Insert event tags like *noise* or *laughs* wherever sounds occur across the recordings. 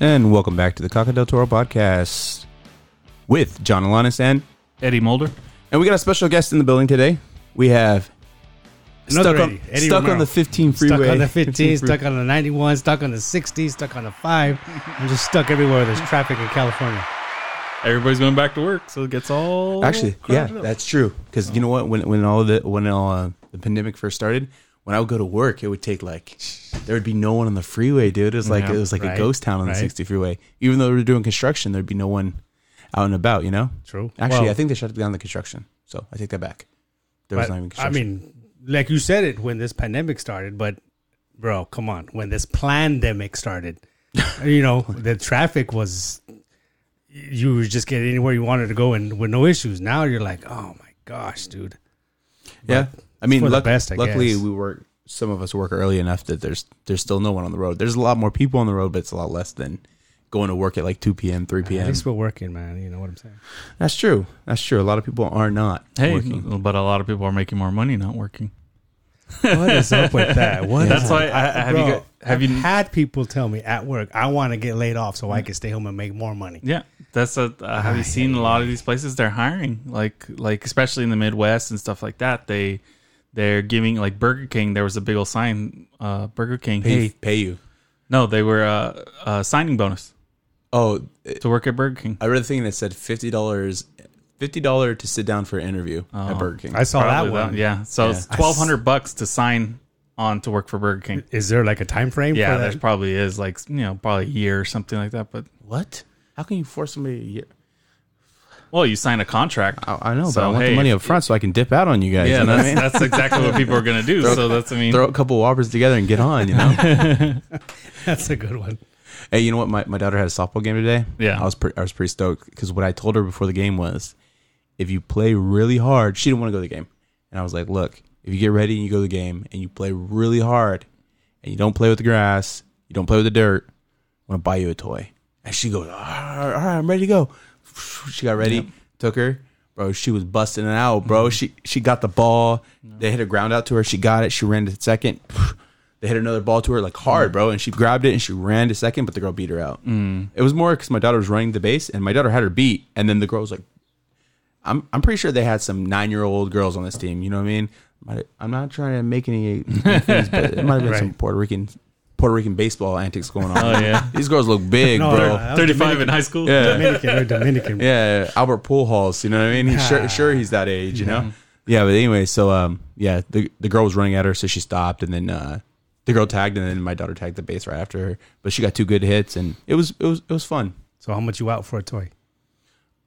And welcome back to the Cock and del Toro podcast with John Alanis and Eddie Mulder. and we got a special guest in the building today. We have Another stuck, on, Eddie, Eddie stuck on Romero. the 15 freeway, Stuck on the 15, *laughs* free- stuck on the 91, stuck on the 60, stuck on the 5. I'm just stuck everywhere. There's traffic in California. Everybody's going back to work, so it gets all Actually, yeah, crowded up. that's true. Because you know what? When when all the when all, uh, the pandemic first started, when I would go to work, it would take like there would be no one on the freeway, dude. It was like Yeah, it was like a right, ghost town on the right. 60 freeway. Even though we were doing construction, there'd be no one out and about. You know? True. Actually, Well, I think they shut down the construction, so I take that back. There was but, not even I construction. mean, like you said it when this pandemic started, but bro, come on. When this *laughs* pandemic started, you know, the traffic was, you would just get anywhere you wanted to go and with no issues. Now you're like, oh my gosh, dude. yeah. I mean, for the luck- best, I luckily guess. we work. Some of us work early enough that there's there's still no one on the road. There's a lot more people on the road, but it's a lot less than going to work at like 2 p.m., 3 At p.m. least we're working, man. You know what *laughs* I'm saying? That's true. That's true. A lot of people are not Hey, working. but a lot of people are making more money not working. What is up with that? What is That's why I, I have Bro, you. Guys, have I've you? had people tell me at work, I want to get laid off so I can stay home and make more money. Yeah, that's a. Uh, have you seen a lot of these places? They're hiring, like like especially in the Midwest and stuff like that. They they're giving like Burger King. There was a big old sign, uh, Burger King. pay, Hey, pay you. no, they were uh, uh, signing bonus Oh, it- to work at Burger King. I read a thing that said fifty dollars, fifty dollar to sit down for an interview at Burger King. I saw Probably Oh, that one. Yeah, so it's Yeah. twelve hundred bucks to sign on to work for Burger King. Is there like a time frame? Yeah, for there's that? probably is like you know probably a year or something like that. But what? How can you force somebody? To get, well, you sign a contract. I, I know, but So, I want hey, the money if- up front so I can dip out on you guys. Yeah, you know what I that's, mean? *laughs* that's exactly what people are gonna do. so that's I mean, Throw a couple whoppers together and get on. You know. *laughs* that's a good one. hey, you know what? My, my daughter had a softball game today. Yeah. I was pre- I was pretty stoked because what I told her before the game was, if you play really hard, she didn't want to go to the game, and I was like, look, if you get ready and you go to the game and you play really hard, and you don't play with the grass, you don't play with the dirt, I'm gonna buy you a toy. And she goes, all right, all right, I'm ready to go. *laughs* She got ready, took her, bro. She was busting it out, bro. She she got the ball. They hit a ground out to her. She got it. She ran to second. *sighs* They hit another ball to her like hard, bro, and she grabbed it and she ran to second, but the girl beat her out. It was more because my daughter was running the base, and my daughter had her beat, and then the girl was like, "I'm I'm pretty sure they had some nine year old girls on this team. You know what I mean? Might- I'm not trying to make any, *laughs* things, but it might have been some Puerto Rican Puerto Rican baseball antics going on. oh yeah, These girls look big, *laughs* No, bro. they're- thirty-five in high school. Yeah. Dominican or Dominican. Yeah, Albert Pujols. You know what I mean? He's sure, sure he's that age. You know. Yeah, but anyway, so um, yeah, the the girl was running at her, so she stopped, and then uh, the girl tagged, and then my daughter tagged the base right after her. But she got two good hits, and it was it was it was fun. So how much you out for a toy?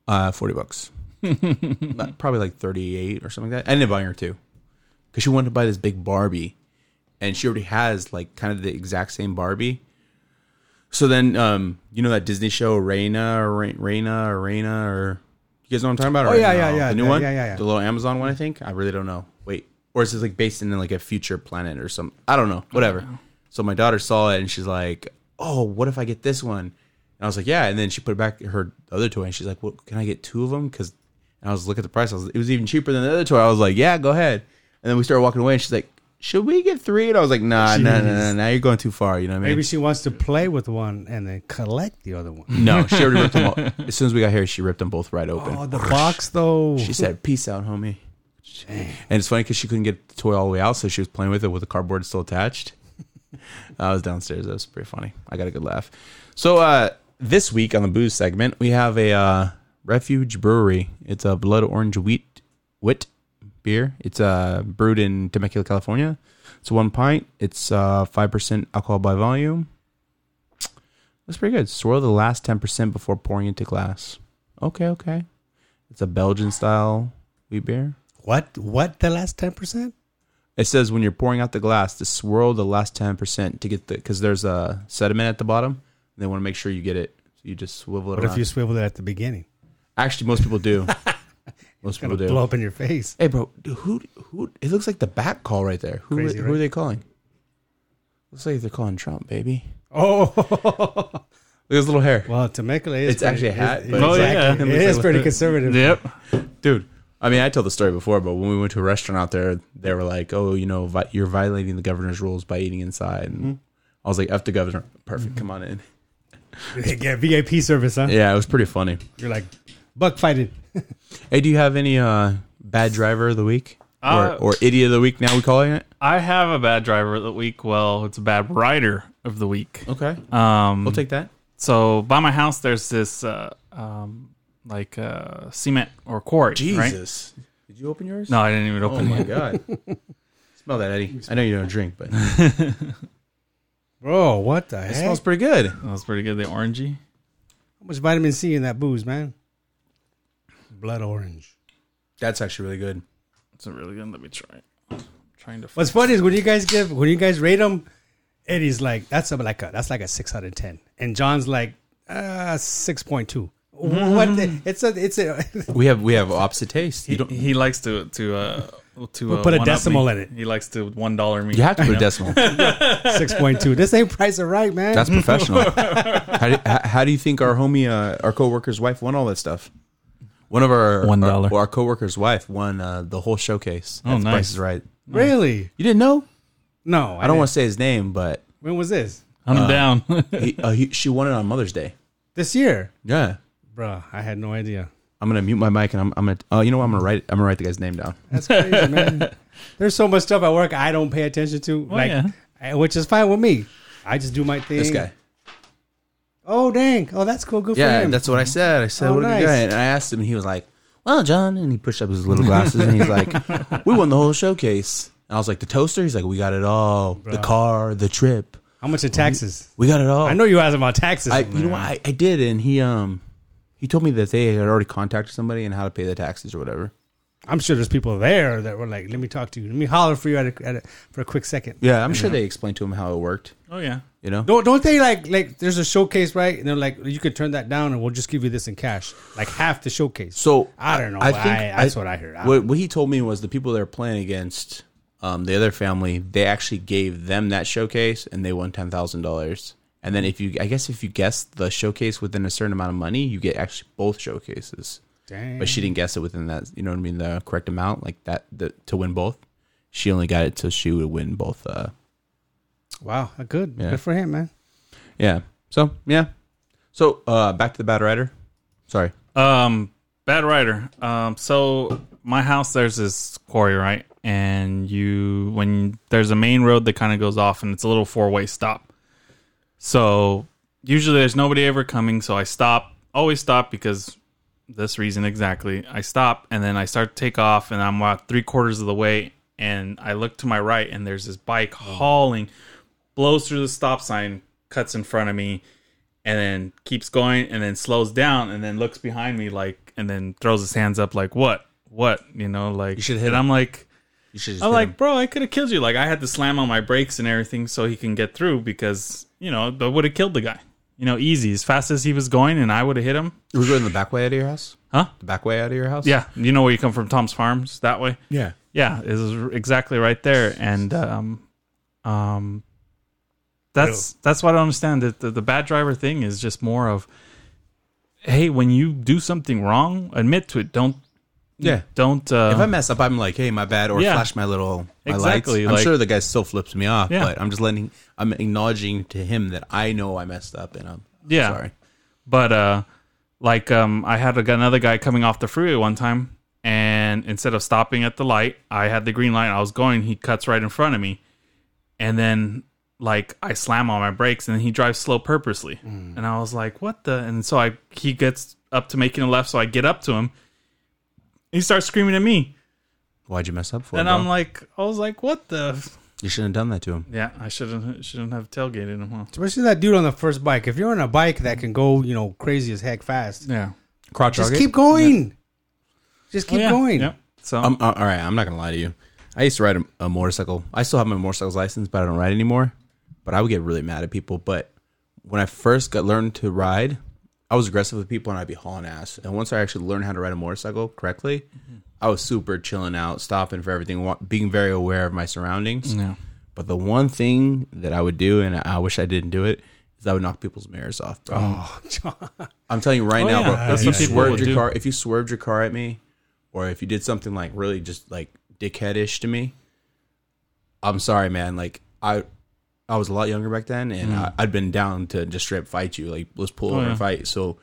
Uh, forty *laughs* bucks, Not- probably like thirty eight or something like that. I ended up buying her two because she wanted to buy this big Barbie, and she already has like kind of the exact same Barbie. So then, um, you know that Disney show Reina, or Re- Reina, or Reina, or you guys know what I'm talking about? Oh, or yeah, no? yeah, yeah. the new Yeah, one, yeah, yeah, yeah. the little Amazon one. I think I really don't know. Wait, or is this like based in like a future planet or some? I don't know. Whatever. So my daughter saw it and she's like, "Oh, what if I get this one?" And I was like, "Yeah." And then she put back her other toy and she's like, "Well, can I get two of them?" Because and I was looking at the price. I was, it was even cheaper than the other toy. I was like, "Yeah, go ahead." And then we started walking away, and she's like, "Should we get three? And I was like, "Nah, nah, nah, nah, nah. You're going too far." You know what I mean? Maybe she wants to play with one and then collect the other one. No, she already *laughs* ripped them all. As soon as we got here, she ripped them both right open. Oh, the box though. She said, "Peace out, homie." And it's funny because she couldn't get the toy all the way out, so she was playing with it with the cardboard still attached. *laughs* I was downstairs. That was pretty funny. I got a good laugh. So uh, this week on the booze segment, we have a uh, Refuge Brewery. It's a blood orange wheat wit beer. It's uh, brewed in Temecula, California. It's one pint. It's uh, five percent alcohol by volume. That's pretty good. Swirl the last ten percent before pouring into glass. Okay, okay. It's a Belgian style wheat beer. what? What? The last ten percent? It says when you're pouring out the glass, to swirl the last ten percent to get the because there's a sediment at the bottom. They want to make sure you get it. So you just swivel it What around. if you swivel it at the beginning? Actually, most people *laughs* do. most Gonna people do. blow up in your face. Hey, bro, dude, who who? It looks like the back call right there. Who Crazy, who right? are they calling? Looks like they're calling Trump, baby. Oh, *laughs* Look at his little hair, well, Temecula is. It's actually a pretty- hat, is- but- Oh, yeah. exactly. It is *laughs* pretty conservative. Yep. dude. I mean, I told the story before, but when we went to a restaurant out there, they were like, "Oh, you know, vi- Mm-hmm. you're violating the governor's rules by eating inside." And I was like, "F the governor, Hmm. perfect. Come on in." They get VIP service, huh? Yeah, it was pretty funny. You're like buck fighting. Hey, do you have any uh, bad driver of the week Uh, or, or idiot of the week? Now we calling it. I have a bad driver of the week. Well, it's a bad rider of the week. Okay, Um, we'll take that. so by my house, there's this uh, um, like uh, cement or quarry. Right? did you open yours? No, I didn't even Oh open my it. god. Smell that, Eddie. I know you don't drink, but it Bro, what the heck? smells pretty good. That was pretty good. The orangey. How much vitamin C in that booze, man? Blood orange. That's actually really good. It's a really good. Let me try. it. I'm trying to. What's funny is when you guys give when you guys rate them, Eddie's like that's a, like a that's like a six out of ten, and John's like uh six point two. What the, it's a it's a *laughs* We have we have opposite taste. You don't. he likes to to uh to uh, Put a one-up decimal me. in it. He likes to one dollar me. You have to put know? a decimal. six point two. This ain't price of right, man. *laughs* That's professional. how, do, how, how do you think our homie, uh, our coworker's wife, won all that stuff? One of our One dollar. Our, well, our coworker's wife won uh, the whole showcase. Oh, at the nice. Price is right. Mm-hmm. really You didn't know? no. I don't want to say his name, but When was this? I'm down. *laughs* he, uh, he, she won it on Mother's Day. This year, Yeah. Bruh, I had no idea. I'm gonna mute my mic and I'm, I'm gonna. Uh, you know what? I'm gonna write. I'm gonna write the guy's name down. That's crazy, *laughs* man. There's so much stuff at work I don't pay attention to, like, yeah. I- which is fine with me. I just do my thing. This guy. Oh dang! Oh, that's cool. Good Yeah, for him. that's what I said. I said, Oh, "What a good nice. guy!" And I asked him, and he was like, "Well, John," and he pushed up his little glasses, and he's like, "We won the whole showcase." And I was like, "The toaster?" He's like, "We got it all. The car, the trip, How much of taxes? we got it all." I know you asked about taxes. I, you know what? I, I did, and he um, he told me that they had already contacted somebody and how to pay the taxes or whatever. I'm sure there's people there that were like, "Let me talk to you. Let me holler for you at a, at a, for a quick second. Yeah, I'm sure they explained to him how it worked. oh yeah. You know, Don't don't they like like there's a showcase right? And they're like, you could turn that down, and we'll just give you this in cash, like half the showcase. So I don't know. I that's what I heard. I What, what he told me was the people they're playing against, um, the other family, they actually gave them that showcase and they won ten thousand dollars. And then if you, I guess if you guess the showcase within a certain amount of money, you get actually both showcases. Dang. But she didn't guess it within that, you know what I mean, the correct amount, like that, the, to win both. She only got it till she would win both. Uh, wow, good, Yeah. good for him, man. yeah. So yeah. So uh, back to the bad rider. Sorry. Um, bad writer. Um, so my house there's this quarry right, and you when there's a main road that kind of goes off, and it's a little four way stop. So usually there's nobody ever coming, so I stop. Always stop because this reason exactly. I stop and then I start to take off, and I'm about three quarters of the way, and I look to my right, and there's this bike hauling, blows through the stop sign, cuts in front of me, and then keeps going and then slows down and then looks behind me like and then throws his hands up like what what you know like should hit and i'm like You should just i'm like bro i could have killed you like i had to slam on my brakes and everything so he can get through because you know that would have killed the guy you know easy as fast as he was going and i would have hit him We're going the back way out of your house. huh The back way out of your house. yeah you know where you come from tom's farms that way Yeah. yeah is exactly right there and um um that's that's what i don't understand that the, the bad driver thing is just more of hey when you do something wrong admit to it don't Yeah. don't uh If I mess up, I'm like, "Hey, my bad," or Yeah. flash my little my Exactly, lights. I'm like- sure the guy still flips me off, Yeah. but I'm just letting, I'm acknowledging to him that I know I messed up and I'm Yeah. sorry. But uh, like um, I had a, another guy coming off the freeway one time, and instead of stopping at the light, I had the green light. I was going. He cuts right in front of me, and then like I slam on my brakes, and he drives slow purposely. And I was like, "What the?" And so I he gets up to making a left, so I get up to him. He starts screaming at me, Why'd you mess up for? and bro? I'm like, "I was like, what the?" f-" you shouldn't have done that to him. Yeah, I shouldn't shouldn't have tailgated him. Huh? Especially that dude on the first bike. If you're on a bike that can go, you know, crazy as heck fast, Yeah, Crotch just keep going. Just keep Oh, yeah. going. Yep. So I'm, uh, all right, I'm not gonna lie to you. I used to ride a, a motorcycle. I still have my motorcycle's license, but I don't ride anymore. But I would get really mad at people. But when I first got learned to ride, I was aggressive with people and I'd be hauling ass. And once I actually learned how to ride a motorcycle correctly, I was super chilling out, stopping for everything, wa- being very aware of my surroundings. Yeah. But the one thing that I would do, and I wish I didn't do it, is I would knock people's mirrors off, bro. Oh, *laughs* I'm telling you right now, Oh, yeah. bro. That's If you what people would swerved your do. car, if you swerved your car at me, or if you did something like really just like dickheadish to me, I'm sorry, man. Like I, I was a lot younger back then, Mm. and I, I'd been down to just straight up fight you. Like, let's Oh, pull over and fight. So,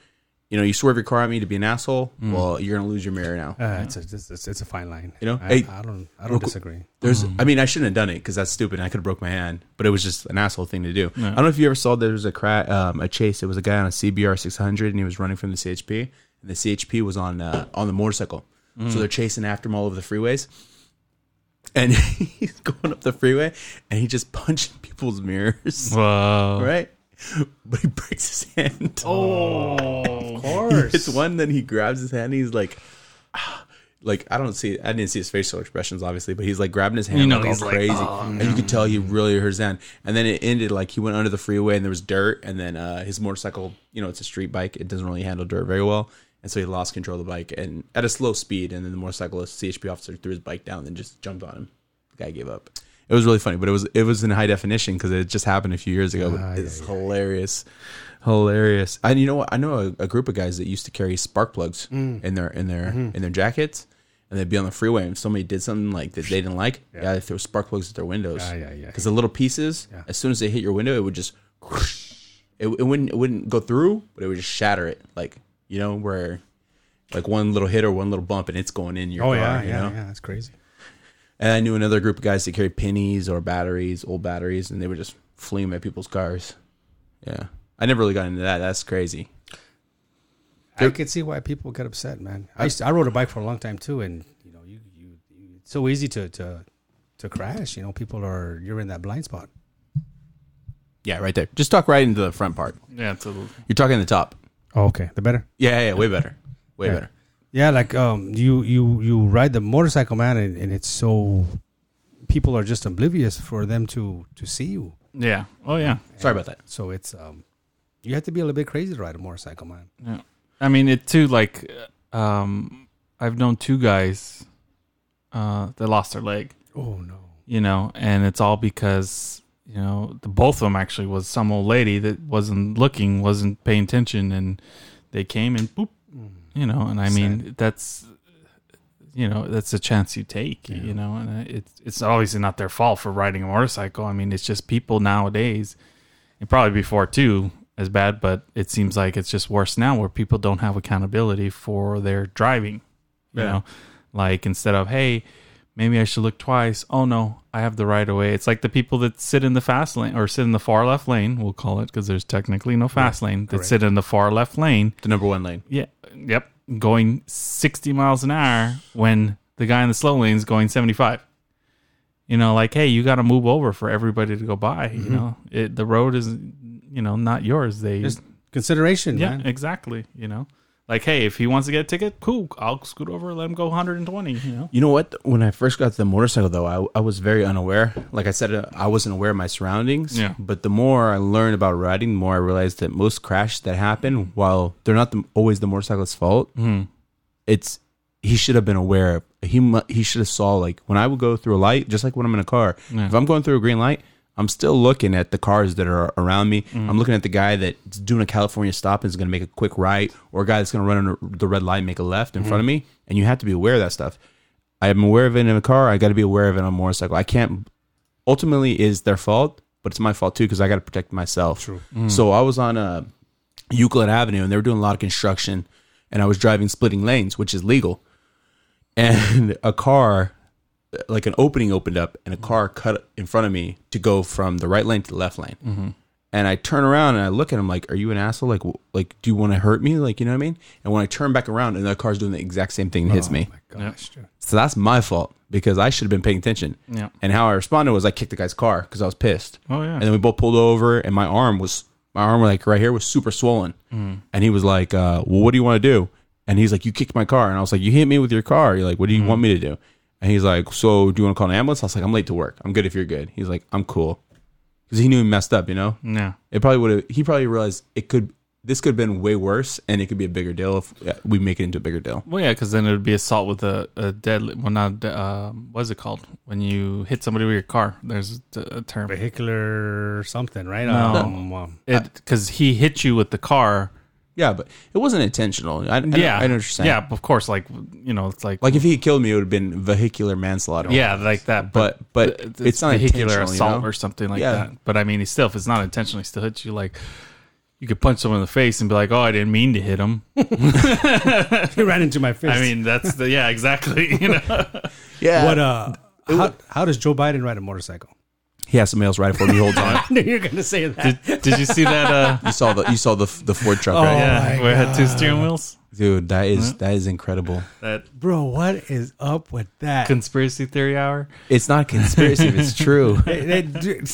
you know, you swerve your car at me to be an asshole. Mm. Well, you're gonna lose your mirror now. Uh, it's, a, it's, it's, it's a fine line. You know, I, hey, I don't I real don't qu- disagree. There's, Mm. I mean, I shouldn't have done it because that's stupid. and I could have broke my hand, but it was just an asshole thing to do. I don't know if you ever saw there was a cra- um, a chase. It was a guy on a CBR 600 and he was running from the CHP, and the CHP was on uh, on the motorcycle, Mm. so they're chasing after him all over the freeways. And *laughs* he's going up the freeway, and he just punching *laughs* people's *laughs* mirrors, uh, Whoa. right? But he breaks his hand. *laughs* Oh. course. It's one, then he grabs his hand. And he's like, *sighs* ah, like I don't see, I didn't see his facial expressions obviously, but he's like grabbing his hand, You know, like, all he's like, crazy, "Oh, and you could tell he really hurt his hand. And then it ended like he went under the freeway and there was dirt, and then uh, his motorcycle, you know, it's a street bike, it doesn't really handle dirt very well, and so he lost control of the bike and at a slow speed, and then the motorcyclist, CHP officer, threw his bike down and just jumped on him. The guy gave up. It was really funny, but it was it was in high definition because it just happened a few years ago. but it's hilarious. Hilarious. And you know what? I know a, a group of guys that used to carry spark plugs in their in their in their jackets, and they'd be on the freeway, and somebody did something like that they didn't like. Yeah, they throw spark plugs at their windows. Yeah, yeah, yeah. Because the little pieces, as soon as they hit your window, it would just it, it wouldn't it wouldn't go through, but it would just shatter it. Like you know where. Like one little hit or one little bump, and it's going in your *laughs* Oh car. yeah, you yeah, know? yeah. That's crazy. And I knew another group of guys that carried pennies or batteries, old batteries, and they would just fling them at people's cars. Yeah. I never really got into that. That's crazy. I could see why people get upset, man. I used to, I rode a bike for a long time too, and you know, you, you, you it's so easy to to to crash. You know, people are you're in that blind spot. Yeah, right there. Just talk right into the front part. Yeah, it's a little. You're talking the top. Oh, okay, the better. Yeah, yeah, yeah, way better. Way Yeah. better. Yeah, like um, you you you ride the motorcycle, man, and, and it's so people are just oblivious for them to to see you. Yeah. Oh, yeah. Sorry about that. So it's um, you have to be a little bit crazy to ride a motorcycle, man. Yeah. I mean, it too, like, um, I've known two guys uh, that lost their leg, Oh no. you know, and it's all because, you know, the, both of them actually was some old lady that wasn't looking, wasn't paying attention, and they came and boop, Mm. you know, and I mean, that's. You know that's a chance you take. You know, and uh, it's it's obviously not their fault for riding a motorcycle. I mean, it's just people nowadays and probably before too as bad, but it seems like it's just worse now where people don't have accountability for their driving. You Yeah. know, like instead of hey, maybe I should look twice. Oh no, I have the right of way. It's like the people that sit in the fast lane or sit in the far left lane. We'll call it because there's technically no fast lane that sit in the far left lane. The number one lane. Yeah, yep, going 60 miles an hour when the guy in the slow lane is going 75. You know, like, hey, you got to move over for everybody to go by. You know, it, the road is, you know, not yours. They, Just consideration, yeah, man. exactly. You know, like, hey, if he wants to get a ticket, cool, I'll scoot over, let him go 120. You know, You know what? When I first got the motorcycle, though, I, I was very unaware. Like I said, uh, I wasn't aware of my surroundings. Yeah. But the more I learned about riding, the more I realized that most crashes that happen, while they're not the, always the motorcyclist's fault, it's he should have been aware. He mu- he should have saw like when I would go through a light, just like when I'm in a car. If I'm going through a green light, I'm still looking at the cars that are around me. I'm looking at the guy that's doing a California stop and is going to make a quick right, or a guy that's going to run under the red light and make a left in front of me. And you have to be aware of that stuff. I'm aware of it in a car. I got to be aware of it on a motorcycle. I can't. Ultimately, it is their fault, but it's my fault too because I got to protect myself. True. Mm. So I was on a Euclid Avenue and they were doing a lot of construction, and I was driving splitting lanes, which is legal. *laughs* And a car, like an opening opened up, and a car cut in front of me to go from the right lane to the left lane. Mm-hmm. And I turn around and I look at him like, "Are you an asshole? Like, w- like, do you want to hurt me? Like, you know what I mean?" And when I turn back around, another car's doing the exact same thing and hits me. Oh my gosh, dude. So that's my fault because I should have been paying attention. Yeah. And how I responded was I kicked the guy's car because I was pissed. Oh, yeah. And then we both pulled over, and my arm was my arm like right here was super swollen. Hmm. And he was like, uh, "Well, what do you want to do?" And he's like, "You kicked my car." And I was like, "You hit me with your car." You're like, "What do Hmm. you want me to do?" And he's like, "So do you want to call an ambulance?" I was like, "I'm late to work. I'm good if you're good." He's like, "I'm cool," because he knew he messed up. You know, yeah, it probably would have. He probably realized it could. This could have been way worse, and it could be a bigger deal if uh, we make it into a bigger deal. well, yeah, because then it would be assault with a, a deadly, well, not a de- uh, what is it called when you hit somebody with your car? There's a a term. Vehicular something, right? No. Um, *laughs* um, it because he hit you with the car Yeah, but it wasn't intentional. I, I, yeah, yeah, I know what you're saying. Yeah, of course. Like you know, it's like, like if he had killed me, it would have been vehicular manslaughter. yeah, like that. but but th- it's, not vehicular intentional. you assault know? or something like Yeah. that. But I mean, he still, if it's not intentional, he still hits you. Like you could punch someone in the face and be like, "Oh, I didn't mean to hit him." He ran into my face. I mean, that's the yeah, exactly. *laughs* *laughs* You know, yeah, what? Uh, how, how does Joe Biden ride a motorcycle? *laughs* he has somebody else ride it for me. Hold on. I knew you were gonna say that. did, did you see that? Uh, *laughs* You saw the you saw the the Ford truck, Oh. right? yeah, where it had two steering wheels. Dude, that is that is incredible. That Bro, what is up with that? conspiracy theory hour. It's not a conspiracy if it's *laughs* true. They- they *laughs* do- Hey,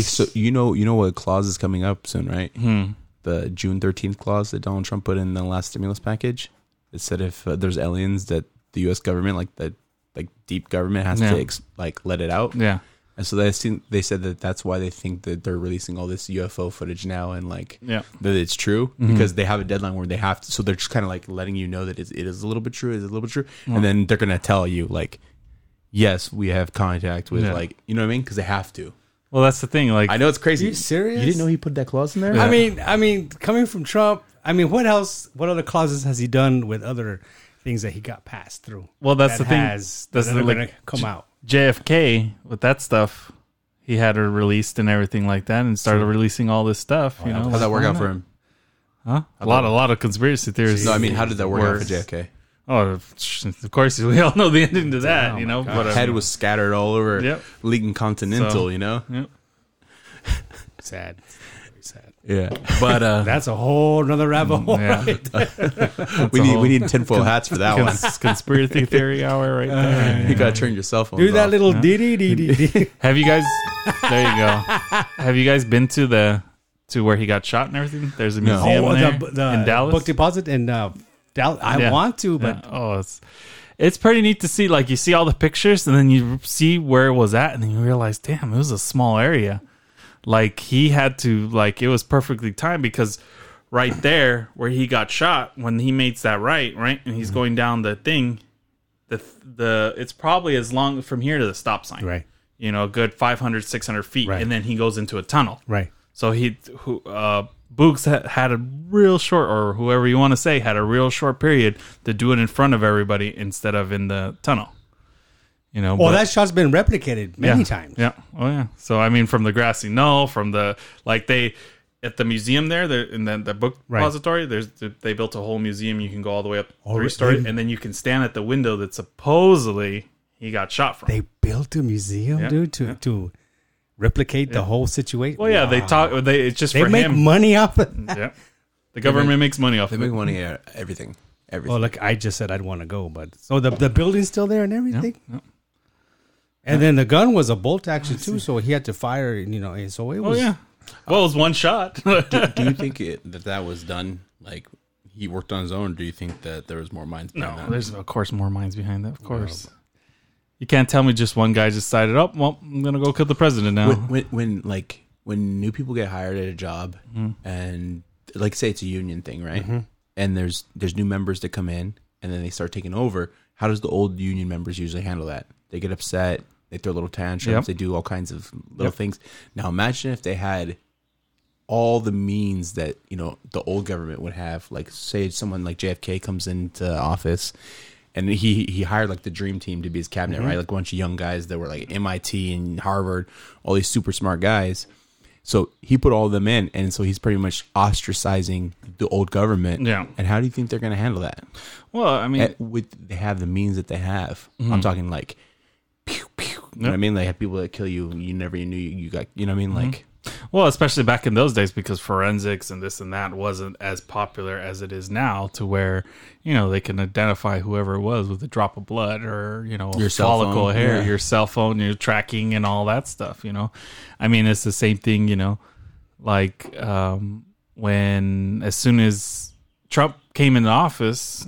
so you know you know what clause is coming up soon, right? Hmm. The June thirteenth clause that Donald Trump put in the last stimulus package. It said if uh, there's aliens that the U.S. government, like the like deep government, has Yeah. to ex- like let it out. Yeah. And so they seen, they said that that's why they think that they're releasing all this UFO footage now and like Yeah. that it's true because they have a deadline where they have to. So they're just kind of like letting you know that it's, it is a little bit true, it is a little bit true, and then they're gonna tell you like, yes, we have contact with Yeah. like you know what I mean because they have to. Well, that's the thing. Like, I know it's crazy. Are you serious? You didn't know he put that clause in there? I mean, I mean, coming from Trump, I mean, what else? What other clauses has he done with other things that he got passed through? well, that's that the thing. Has, that's that the are like, gonna come out. JFK with that stuff. He had her released and everything like that, and started releasing all this stuff. You know, How'd Oh, that work Why out for not? him? Huh? A lot, a lot of conspiracy theories. No, I mean, how did that work out Worse. for JFK? Oh, of course, we all know the ending to that. you know, but um, I Head mean, was scattered all over Yep. Lincoln Continental, So- you know? yeah. Sad. Very Sad. Mm, Yeah. But uh, That's a whole another rabbit hole. Yeah. right? we a need whole- we need tinfoil hats for *laughs* that one. *laughs* Cons- conspiracy theory hour right there. You gotta turn your cell phone. Do that off. little dee dee dee dee dee. Have you guys? There you go. Have you guys been to the to where he got shot and everything? There's a No. museum Oh, there the, the eh? in Dallas. book deposit in uh, Dallas. I Yeah. want to, but Yeah. oh, it's it's pretty neat to see. Like you see all the pictures, and then you see where it was at, and then you realize, damn, it was a small area. Like he had to, like it was perfectly timed because right there where he got shot, when he makes that right, right, and Mm-hmm. he's going down the thing, the the it's probably as long from here to the stop sign, Right. You know, a good 500, 600 feet, Right. and then he goes into a tunnel, right. so he, who, uh, Boogs ha- had a real short, or whoever you want to say, had a real short period to do it in front of everybody instead of in the tunnel. You know, Well, but- Oh, that shot's been replicated many yeah. times. Yeah. Oh yeah. So I mean, from the grassy knoll, from the like they at the museum there, there and then the book Right. repository. There's they built a whole museum. You can go all the way up three really? story, and then you can stand at the window that supposedly he got shot from. They built a museum, Yeah. dude, to to replicate the whole situation. well, Oh, yeah, they Wow. talk. They it's just They for make him. Mm-hmm. money off of that. *laughs* yeah. The government makes money off They of make it. money at everything. Everything. Well, Oh, look, I just said I'd want to go, but so the the building's still there and everything. And then the gun was a bolt action too, so he had to fire. You know, and so it Oh was. yeah. *laughs* Well, it was one shot. do *laughs* you think it, that that was done like he worked on his own? Or do you think that there was more minds? behind no, that? *laughs* there's of course more minds behind that. Of course, you can't tell me just one guy decided. Oh, well, I'm gonna go kill the president now. when, when when like when new people get hired at a job and like say it's a union thing, right? And there's there's new members that come in and then they start taking over. How does the old union members usually handle that? They get upset. They throw little tantrums. Yep. They do all kinds of little things. Now imagine if they had all the means that you know the old government would have. Like say someone like JFK comes into office, and he he hired like the dream team to be his cabinet, right? Like a bunch of young guys that were like MIT and Harvard, all these super smart guys. So he put all of them in, and so he's pretty much ostracizing the old government. Yeah. And how do you think they're going to handle that? well, I mean, At- with they have the means that they have. I'm talking like, pew pew. You know what I mean? They have people that kill you. You never knew you, you got. You know what I mean? Like. well, especially back in those days because forensics and this and that wasn't as popular as it is now, to where you know they can identify whoever it was with a drop of blood or you know a Your cell follicle phone, hair, yeah. your cell phone, your tracking, and all that stuff. You know, I mean, it's the same thing. You know, like um, when as soon as Trump came into office,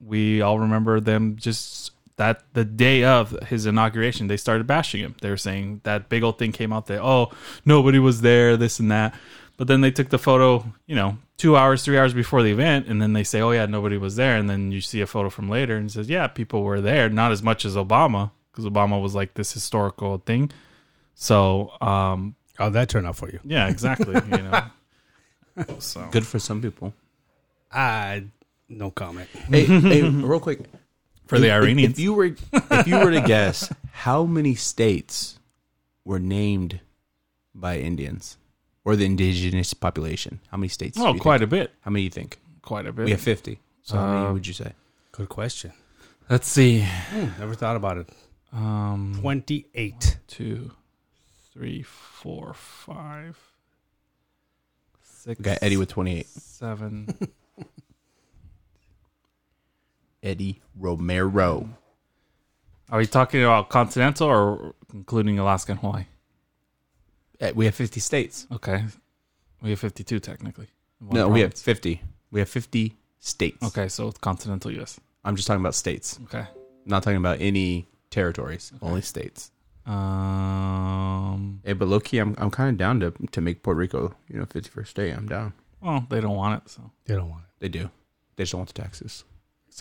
we all remember them just that the day of his inauguration, they started bashing him. They were saying that big old thing came out there. Oh, nobody was there, this and that. But then they took the photo, you know, two hours, three hours before the event, and then they say, "Oh yeah, nobody was there." And then you see a photo from later and it says, "Yeah, people were there, not as much as Obama, because Obama was like this historical thing." So, um, How'd that turn out for you? *laughs* yeah, exactly. you know, So Good for some people. I Ah, no comment. *laughs* Hey, hey, real quick. for the If- if- Iranians, If you were if you were to guess how many states were named by Indians or the indigenous population, how many states? do oh, you quite Think? a bit, How many you think? quite a bit. We have fifty. So how many Uh, would you say? Good question. Let's see. Never thought about it. Um, Twenty eight. two, three, four, five, six. We got Eddie with twenty eight. seven. Eddie Romero. Are we talking about continental or including Alaska and Hawaii? Eh, We have fifty states. Okay, we have fifty-two technically. One no, we have province. fifty. We have fifty states. Okay, so it's continental U.S. I'm just talking about states. Okay. not talking about any territories. Only states. Um. Hey, but low key, I'm I'm kind of down to to make Puerto Rico, you know, 51st state. I'm down. Well, they don't want it, so They don't want They do. They just don't want the taxes.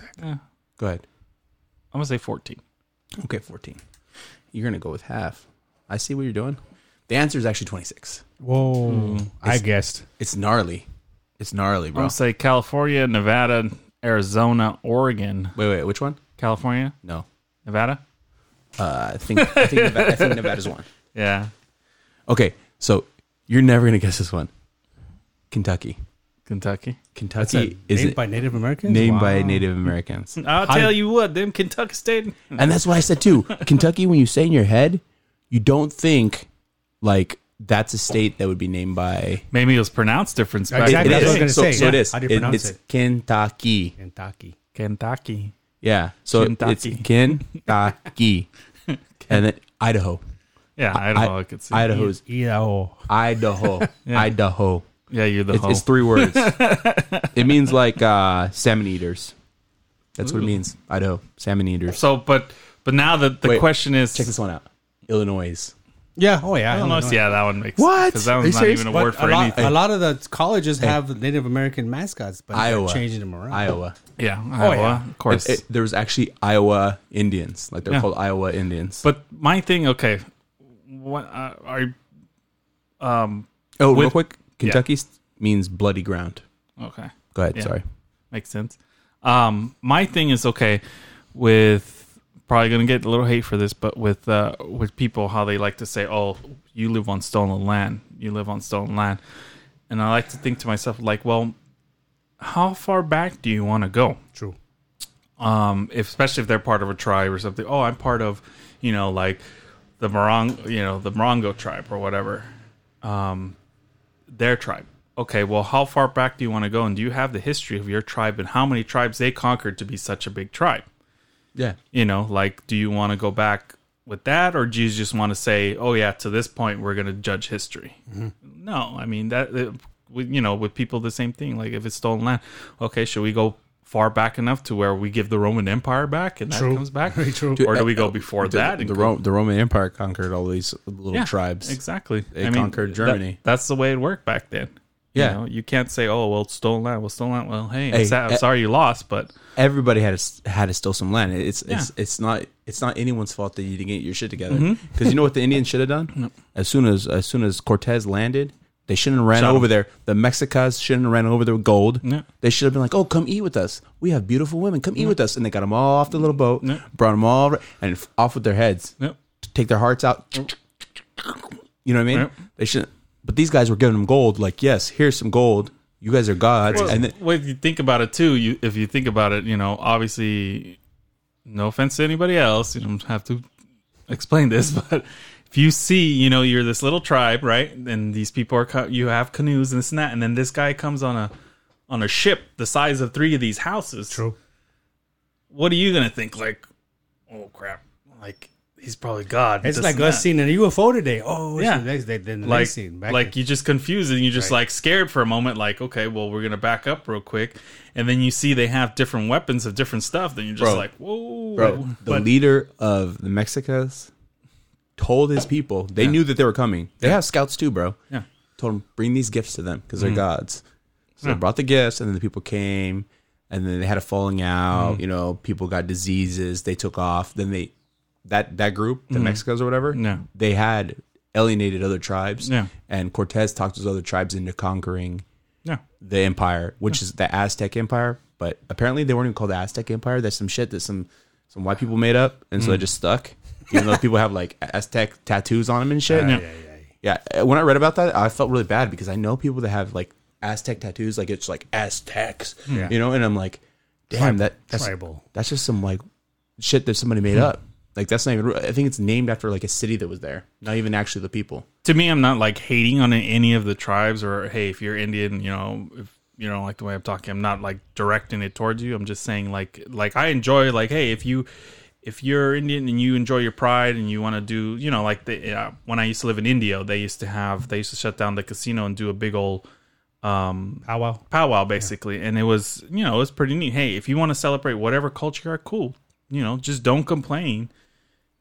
eh, I'm Go ahead. gonna say fourteen. Okay, 14. You're going to go with half. I see what you're doing. The answer is actually 26. it. Whoa! I It's- guessed. It's gnarly. It's gnarly, I'm bro. gonna say California, Nevada, Arizona, Oregon, Wait, wait, which one? California, No. Nevada. Uh, I think I think, Nevada, I think Nevada's one. Yeah, *laughs* Okay, so you're never going to guess this one. Kentucky. Kentucky. Kentucky Is is named named, by Native Americans. named by Wow. Native *laughs* Americans. I'll How tell did- you what, them Kentucky State. And that's what I said too. Kentucky, when you say in your head, you don't think like that's a state that would be named by. Maybe it was pronounced different. back Exactly, in that's the what I day. was gonna so, say. So it Yeah. is. How do you It- pronounce it's it? Kentucky. Kentucky. Kentucky. Yeah. So it's Kentucky. *laughs* Kentucky, and then Idaho. Yeah, Idaho. I, could see. Idaho's Yeah. Oh. *laughs* Idaho. Idaho. yeah, you're the It's, whole. it's three words. *laughs* it means like uh, salmon eaters. That's what it means. Idaho salmon eaters. so, but but now that the Wait, question is, Check this one out. Illinois. Yeah. Oh yeah. Illinois. Yeah, that one makes What? because that Are you one's not serious? even a But word A for lot, anything. a lot of the colleges have Native American mascots, but Iowa. they're changing them around. Iowa. Yeah, Iowa, yeah. of course. Oh, It- there was actually Iowa Indians, like they're Yeah. called Iowa Indians. but my thing, okay, what uh, are um oh, real with- quick, Kentucky s- means bloody ground. okay Go ahead. Yeah. Sorry. makes sense. Um, my thing is okay with probably gonna get a little hate for this, but with uh with people how they like to say, oh, you live on stolen land, you live on stolen land, and I like to think to myself like, well, how far back do you want to go? True. um, if, especially if they're part of a tribe or something. Oh, I'm part of, you know, like the Morong, you know, the Morongo tribe or whatever, um, their tribe. Okay, well, how far back do you want to go, and do you have the history of your tribe and how many tribes they conquered to be such a big tribe? Yeah. You know, like, do you want to go back with that, or do you just want to say, oh yeah, to this point we're going to judge history? Mm-hmm. No, I mean that. It, with, you know, with people, the same thing. Like, if it's stolen land, okay, should we go far back enough to where we give the Roman Empire back and that True. comes *laughs* back, Very true. or do we Uh, go uh, before the, that? The, and go- Ro- the Roman Empire conquered all these little Yeah, tribes. exactly. They conquered that- Germany. that's the way it worked back then. Yeah. you, know, you can't say, "Oh, well, it's stolen land, well, stolen land." Well, hey, Hey, I'm, sa- I'm eh, sorry you lost, but Everybody had to, s- had to steal some land. It's it's it's not it's not anyone's fault that you didn't get your shit together. Because Mm-hmm. you know what the Indians should have done? As soon as as soon as Cortez landed, they shouldn't have ran Shot him. over there. The Mexicas shouldn't have ran over their gold. Yeah. They should have been like, "Oh, come eat with us. We have beautiful women. Come eat with us." And they got them all off the little boat, Yeah. brought them all over, and f- off with their heads. Yep. take their hearts out. You know what I mean? Yep. They shouldn't. But these guys were giving them gold. Like, yes, here's some gold. You guys are gods. Well, and then, well, if you think about it too, you if you think about it, you know, obviously, no offense to anybody else, you don't have to explain this, *laughs* but if you see, you know, you're this little tribe, right, and these people are co- you have canoes and this and that, and then this guy comes on a on a ship the size of three of these houses. True. What are you gonna think? Like, oh crap! Like he's probably God. It's this like and us that. seeing a UFO today. Oh, yeah. Yeah. The next day, then the like next scene. Back like you just confused and you're just like scared for a moment like okay well we're gonna back up real quick and then you see they have different weapons of different stuff then you're just Bro. like whoa bro, the but leader of the Mexicas told his people they knew that they were coming. They have scouts too, bro. Yeah. Mm-hmm. Told them bring these gifts to them because they're gods. So they brought the gifts, and then the people came, and then they had a falling out. Mm-hmm. You know, people got diseases. They took off. Then they that that group, the Mexicas or whatever, Mm-hmm. Yeah. they had alienated other tribes. Yeah. And Cortez talked those other tribes into conquering Yeah. the empire, which is the Aztec Empire. But apparently, they weren't even called the Aztec Empire. That's some shit that some some white people made up, and so it just stuck. Even though people have like Aztec tattoos on them and shit. Yeah. Yeah, yeah, yeah. Yeah, uh, when I read about that, I felt really bad because I know people that have like Aztec tattoos, like it's like Aztecs, Yeah. you know, and I'm like, damn, that that's Tribal. that's just some like shit that somebody made up. Like that's not even. real. I think it's named after like a city that was there, not even actually the people. to me, I'm not like hating on any of the tribes or hey, if you're Indian, you know, if you don't like the way I'm talking, I'm not like directing it towards you. I'm just saying like like I enjoy like hey, if you if you're Indian and you enjoy your pride and you want to do, you know, like the uh, when I used to live in Indio, they used to have they used to shut down the casino and do a big old um How well? powwow basically and it was you know it was pretty neat hey if you want to celebrate whatever culture you are cool you know just don't complain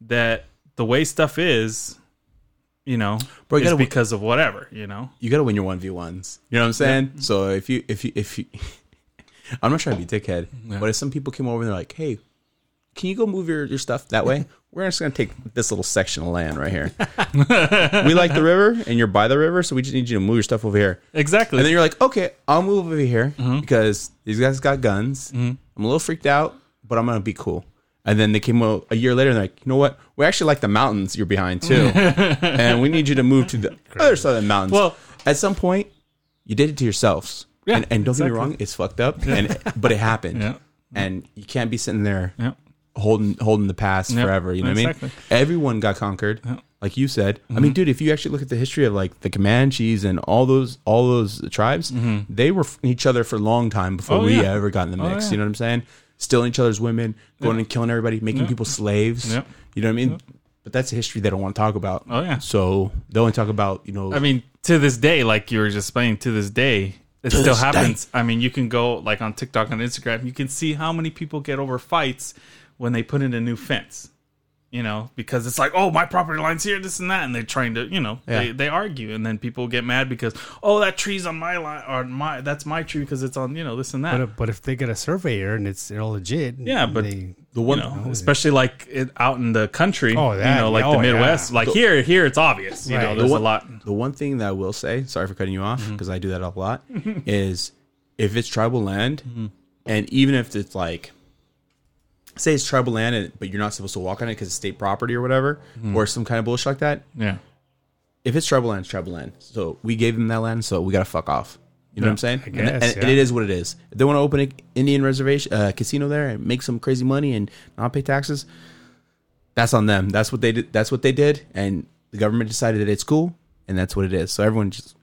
that the way stuff is you know Bro, you is gotta- because of whatever you know You got to win your one v ones. You know what I'm saying? So if you if you if you, *laughs* I'm not trying to be a dickhead, but if some people came over and they're like, hey. Can you go move your, your stuff that way? We're just gonna take this little section of land right here. we like the river, and you're by the river, so we just need you to move your stuff over here. exactly Mm-hmm. And then you're like, okay, I'll move over here because these guys got guns. I'm a little freaked out, but I'm gonna be cool. And then they came a, a year later and they're like, you know what? We actually like the mountains you're behind *laughs* too, and we need you to move to the other side of the mountains. Well- at some point, you did it to yourselves. Yeah, and, and don't get exactly. me wrong, it's fucked up, and but it happened. *laughs* Yeah. And you can't be sitting there yeah holding holding the past Yep, forever. You know exactly. Mm-hmm. what I mean? Everyone got conquered, like you said. I mean, dude, if you actually look at the history of like the Comanches and all those all those tribes, they were f- each other for a long time before Mm-hmm. Oh, we yeah. ever got in the Oh, mix. yeah. You know what I'm saying? Stealing each other's women, going and killing everybody, making people slaves. Yep. You know what I mean? But that's a history they don't want to talk about. Oh, yeah. So they only talk about you know. i mean to this day like you were just explaining to this day it still this day. happens i mean you can go like on tiktok and instagram you can see how many people get over fights when they put in a new fence you know, because it's like, oh, my property line's here, this and that, and they're trying to, you know, they, Yeah. they argue, and then people get mad because, oh, that tree's on my line, or my that's my tree because it's on, you know, this and that. But, if- but if they get a surveyor and it's all legit, yeah, *laughs* but they, the one, especially like it, out in the country, Oh, that- you know, like oh, the Midwest, like here, here it's obvious, you Right. know, The Oh, there's one- a lot. Mm-hmm. The one thing that I will say, sorry for cutting you off, because I do that a *laughs* lot, is if it's tribal land, Mm-hmm. and even if it's like, say it's tribal land, and, but you're not supposed to walk on it because it's state property or whatever, Mm-hmm. or some kind of bullshit like that. Yeah, If it's tribal land, it's tribal land. So we gave them that land, so we gotta fuck off. You know what I'm saying? And- guess, and, and yeah. it is what it is. If they want to open an Indian reservation uh, casino there and make some crazy money and not pay taxes, that's on them. That's what they did. That's what they did, and the government decided that it's cool, and that's what it is. So everyone just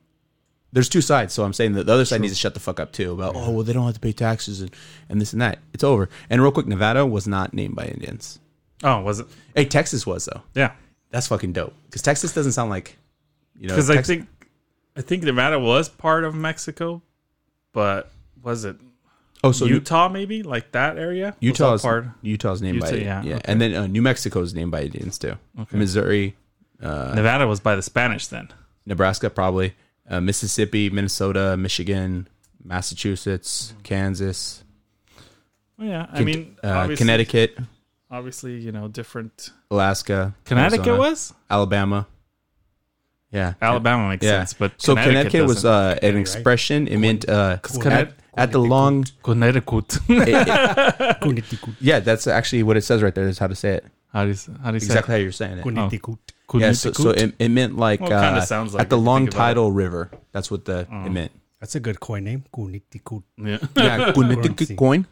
there's two sides. So I'm saying that the other side needs to shut the fuck up too about oh well they don't have to pay taxes and and this and that. It's over. And real quick, Nevada was not named by Indians. oh, was it? Hey, Texas was though. Yeah, That's fucking dope because Texas doesn't sound like you know because I Tex- think, I think Nevada was part of Mexico, but was it oh so Utah. Utah maybe like that area? Was that Utah's part. Utah's named by Utah, yeah, yeah, and then uh, New Mexico's named by Indians too. Missouri, uh, Nevada was by the Spanish then. Nebraska, probably uh, Mississippi, Minnesota, Michigan, Massachusetts, Mm-hmm. Kansas, Well, Oh, yeah, I mean, uh, obviously, Connecticut, Obviously, you know, different. Alaska, Connecticut Arizona, was Alabama. Yeah, Alabama makes yeah. sense, but so Connecticut, was doesn't. uh, an expression. It meant uh, Connect- at, at the *laughs* long. Connecticut. Connecticut. Yeah, that's actually what it says right there. Is how to say it how do you, say- how do you exactly how you're saying it. Connecticut. say? Yeah, so, so it, it meant like Well, it kinda uh, sounds like at the it, if you long think about it. Oh. tidal river. That's what the it meant. That's a good coin name. Connecticut. *laughs* yeah. Yeah, Currency. coin.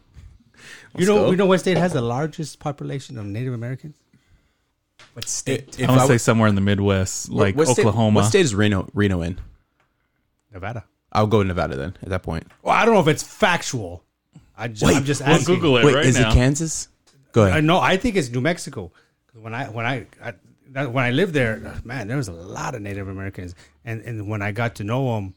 You know, go. you know what state has the largest population of Native Americans? What state? If I want to I say was- somewhere in the Midwest, like what state- Oklahoma. what state is Reno Reno in? Nevada. I'll go to Nevada then. At that point, Well, I don't know if it's factual. I ju- I'm just we'll asking. Google it right is now. it Kansas? Go I ahead. know. I think it's New Mexico. When I when I, I that, when I lived there, man, there was a lot of Native Americans, and and when I got to know them,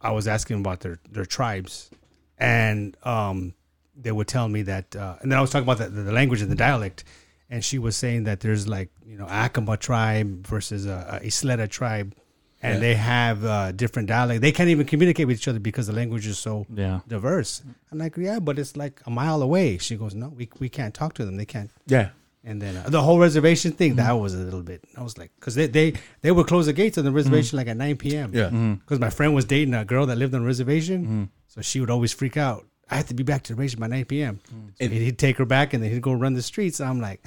I was asking about their their tribes, and um, they would tell me that, uh, and then I was talking about the, the language and the dialect, and she was saying that there's like you know Acoma tribe versus a, a Isleta tribe. And they have uh, different dialect. They can't even communicate with each other because the language is so Yeah. diverse. I'm like, yeah, but it's like a mile away. She goes, no, we, we can't talk to them. They can't Yeah, And then uh, the whole reservation thing that was a little bit. I was like, because they, they they would close the gates on the reservation like at nine p.m. Yeah. Because my friend was dating a girl that lived on a reservation, so she would always freak out. I have to be back to the reservation by nine p.m. Mm. And he'd take her back, and then he'd go run the streets. I'm like,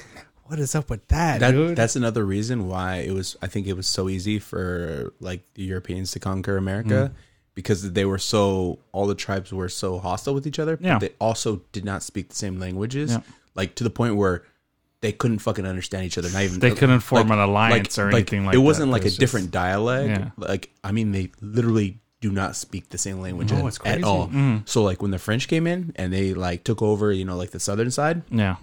what is up with that, That, dude? That's another reason why it was. I think it was so easy for like the Europeans to conquer Mm. America because they were so all the tribes were so hostile with each other. Yeah. But they also did not speak the same languages, Yeah. like to the point where they couldn't fucking understand each other. Not even They couldn't form an like- alliance or anything like it that. wasn't like It was a just- different dialect. Yeah. Like I mean, they literally do not speak the same language No, at, it's at crazy. all. Mm. So like when the French came in and they like took over, you know, like the southern side Yeah.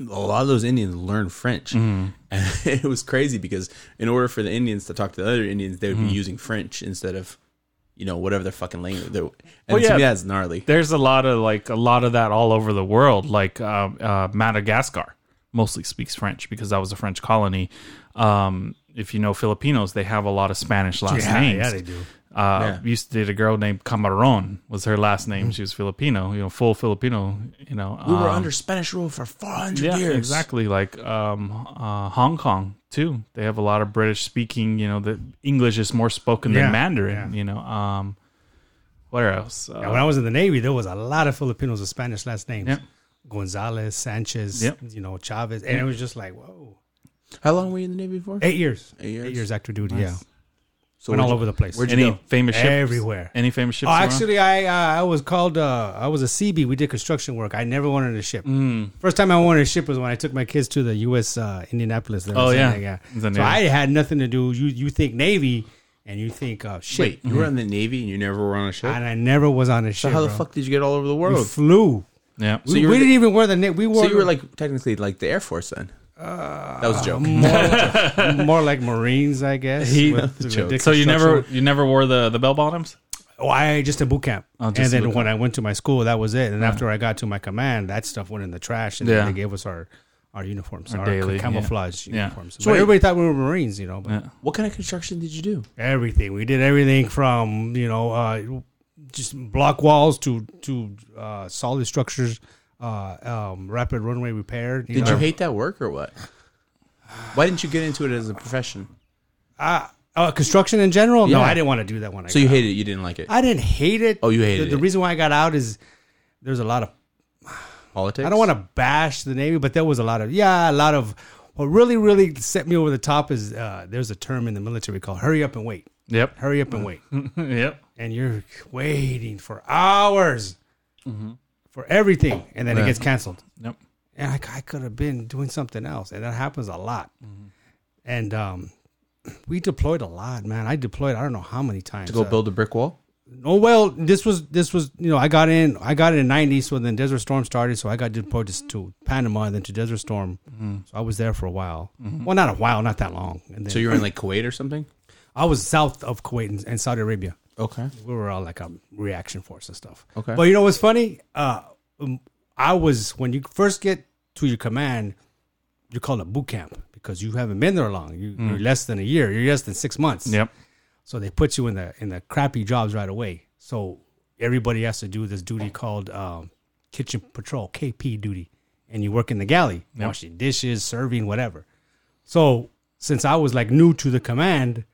a lot of those Indians learned French. Mm. And *laughs* it was crazy because in order for the Indians to talk to the other Indians, they would Mm. be using French instead of, you know, whatever their fucking language. They, and Well, to yeah. me, that's gnarly. There's a lot of like a lot of that all over the world. Like uh, uh, Madagascar mostly speaks French because that was a French colony. Um, if you know Filipinos, they have a lot of Spanish last yeah, names. yeah, they do. Uh, Yeah. Used to date a girl named Camarón was her last Hmm. name. She was Filipino, you know, full Filipino. You know, We were um, under Spanish rule for 400 yeah, years. exactly. Like um, uh, Hong Kong too. They have a lot of British speaking. You know, the English is more spoken Yeah, than Mandarin. yeah. You know, um, where else? Uh, Yeah, when I was in the Navy, there was a lot of Filipinos with Spanish last names. Yep. Gonzalez, Sanchez, Yep. you know, Chavez. And it was just like, whoa. How long were you in the Navy for? Eight years. Eight years? active duty, yeah. So Went where'd all you- over the place. Where'd you any go? famous ships? Everywhere. Any famous ships? Oh, around? actually, I uh, I was called. Uh, I was a CB. We did construction work. I never wanted a ship. First time I wanted a ship was when I took my kids to the U.S. Uh, Indianapolis. There Oh, was yeah. something, The Navy. So I had nothing to do. You you think Navy and you think uh, ship, Wait, Mhm. you were in the Navy and you never were on a ship? and I never was on a ship. So how the bro. fuck did you get all over the we world? flew? yeah. So you we were- didn't even wear the na- we wore. so you were like technically like the Air Force then. that was a joke. Um, more, more like Marines, I guess. He- with- with joke. dick so you never construction. you never wore the the bell bottoms? Oh, I just a boot camp, Oh, just and a then boot when I went to my school, that was it. And after I got to my command, that stuff went in the trash, and Yeah. they gave us our our uniforms, Our our, daily, yeah. camouflage Yeah. uniforms. So But wait- everybody thought we were Marines, you know. But Yeah. What kind of construction did you do? everything we did, everything from you know uh, just block walls to to uh, solid structures, uh, um, rapid runway repair. You Did know? you hate that work or what? Why didn't you get into it as a profession? uh, uh, construction in general? No, Yeah. I didn't want to do that when I So you got out. hated it. You didn't like it. I didn't hate it. Oh, you the, hated the it. reason why I got out is there's a lot of Politics. I don't want to bash the Navy, but there was a lot of yeah, a lot of what really really set me over the top is uh, there's a term in the military called hurry up and wait. Yep. Hurry *laughs* up and wait, *laughs* yep. and you're waiting for hours Mm-hmm. for everything, and then it gets canceled. Yep. And I, I could have been doing something else, and that happens a lot. Mm-hmm. And um, we deployed a lot, man. I deployed I don't know how many times to go Uh, build a brick wall. Oh well, this was this was you know I got in I got in in ninety so then Desert Storm started so I got deployed to, to Panama and then to Desert Storm so I was there for a while well not a while not that long and then Mm-hmm. So you were in like Kuwait or something. I was south of Kuwait and, and Saudi Arabia Okay. we were all like a reaction force and stuff Okay. but you know what's funny uh um, I was when you first get to your command you're called a boot camp because you haven't been there long you, Mm. you're less than a year you're less than six months Yep. so they put you in the in the crappy jobs right away. So everybody has to do this duty called um, kitchen patrol (KP) duty, and you work in the galley, washing dishes, serving, whatever. So since I was like new to the command,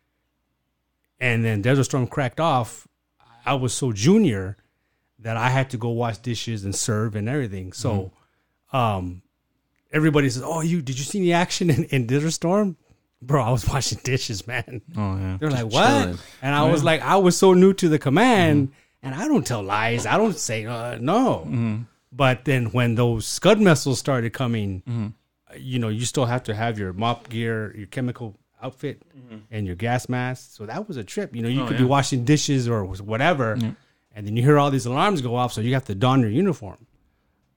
and then Desert Storm cracked off, I was so junior that I had to go wash dishes and serve and everything. So, Mm-hmm. um, everybody says, "Oh, you did you see the action in, in Desert Storm?" Bro, I was *laughs* washing dishes, man. Oh yeah. Oh, They're like, what? chilling. And I was like, I was so new to the command, Mm-hmm. and I don't tell lies. I don't say uh, no. Mm-hmm. But then when those Scud missiles started coming, Mm-hmm. uh, you know, you still have to have your mop gear, your chemical outfit, Mm-hmm. and your gas mask. So that was a trip. You know, Oh, you could be yeah. washing dishes or whatever, and then you hear all these alarms go off, so you have to don your uniform.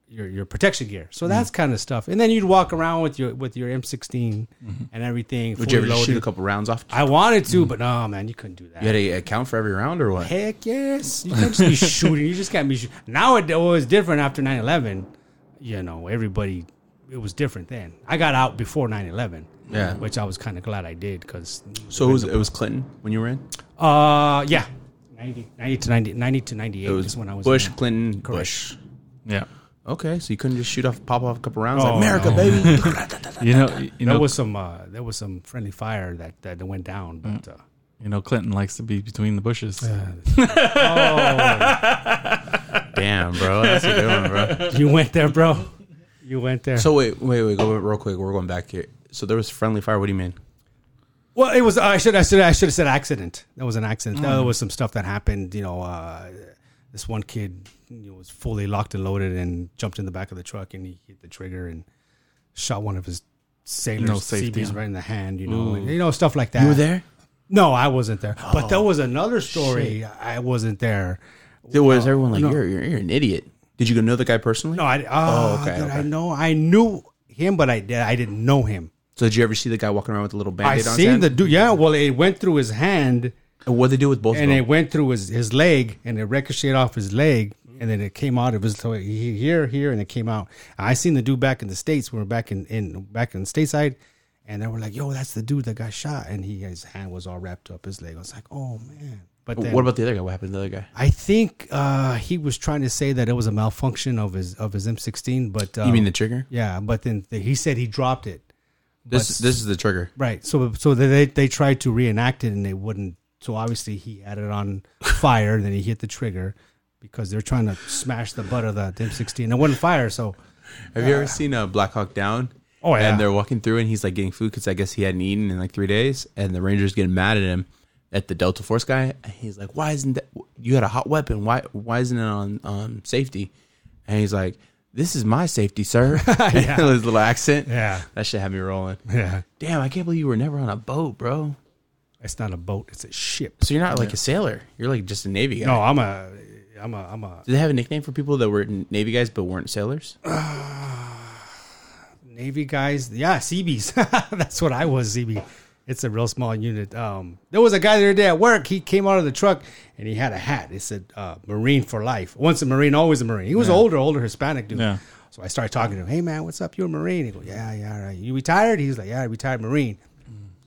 Your, your protection gear, Mm-hmm. so that's kind of stuff, and then you'd walk around with your with your M16 and everything. Mm-hmm. Would you ever fully just shoot loaded. a Mm-hmm. couple rounds off? I wanted to, but no, man, you couldn't do that. You had a account for every round or what? Heck yes. You can't *laughs* just be shooting. You just can't be shooting. Now it, was different after 9 11. You know, everybody, it was different then. I got out before 9 11. Yeah. Which I was kind of glad I did because, So it was, it was Clinton when you were in. uh, yeah. 90, 90 to 90, 90 to 98 It was, is when I was Bush, in. Clinton, Bush. Yeah. Okay, so you couldn't just shoot off, pop off a couple rounds like Oh, America, no. *laughs* baby. You know, you There know, was some uh, there was some friendly fire that that went down, but uh, you know, Clinton likes to be between the bushes. Damn, bro, that's a good one, bro. you went there, bro. You went there. So wait, wait, wait, go real quick. We're going back here. So there was friendly fire. What do you mean? Well, it was. I should. I should. I should have said accident. That was an accident. Mm. There was some stuff that happened. You know, uh, this one kid you know, was fully locked and loaded and jumped in the back of the truck and he hit the trigger and shot one of his sailors No safety, CBs huh? right in the hand. You know, and, you know stuff like that. Mm. You were there. Oh, No, I wasn't there. but there was another story. I wasn't there. There was everyone like no. you're, you're you're an idiot. Did you know the guy personally? No, I. Oh, okay, did I okay. know? I knew him, but I did. I didn't know him. So did you ever see the guy walking around with a little I band-aid on his seen hand? the dude. Yeah. Well, it went through his hand. And what they do with both and of it them? went through his, his leg and it ricocheted off his leg and then it came out of his so he- here here and it came out i seen the dude back in the states we were back in, in back in stateside and they were like yo that's the dude that got shot and he his hand was all wrapped up his leg i was like oh man but then, what about the other guy? What happened to the other guy? i think uh, he was trying to say that it was a malfunction of his of his m16 but um, You mean the trigger? yeah but then th- he said he dropped it This this is the trigger. Right. So so they- they they tried to reenact it and they wouldn't. So obviously he had it on fire and then he hit the trigger because they're trying to smash the butt of the DIM sixteen. It wasn't fire, so Have you ever seen a Black Hawk Down? Oh, yeah. And they're walking through, and he's like getting food because I guess he hadn't eaten in like three days, and the Rangers getting mad at him, at the Delta Force guy. And he's like, "Why isn't that? You had a hot weapon. Why why isn't it on um, safety?" And he's like, "This is my safety, *laughs* sir." *laughs* yeah. His little accent. Yeah. That shit had me rolling. yeah, Damn, I can't believe you were never on a boat, bro. it's not a boat, it's a ship. So you're not like a sailor. You're like just a Navy guy. No, I'm a I'm a I'm a Do they have a nickname for people that were Navy guys but weren't *laughs* sailors? Oh, Navy guys. Yeah, CBs. *laughs* That's what I was, CB. It's a real small unit. Um, there was a guy the other day at work. He came out of the truck and he had a hat. It said uh, "Marine for Life." Once a Marine, always a Marine. He was older, older Hispanic dude. Yeah. So I started talking to him. Hey man, what's up? You're a Marine? He goes, Yeah, yeah, all right. You retired? He was like, Yeah, I retired Marine.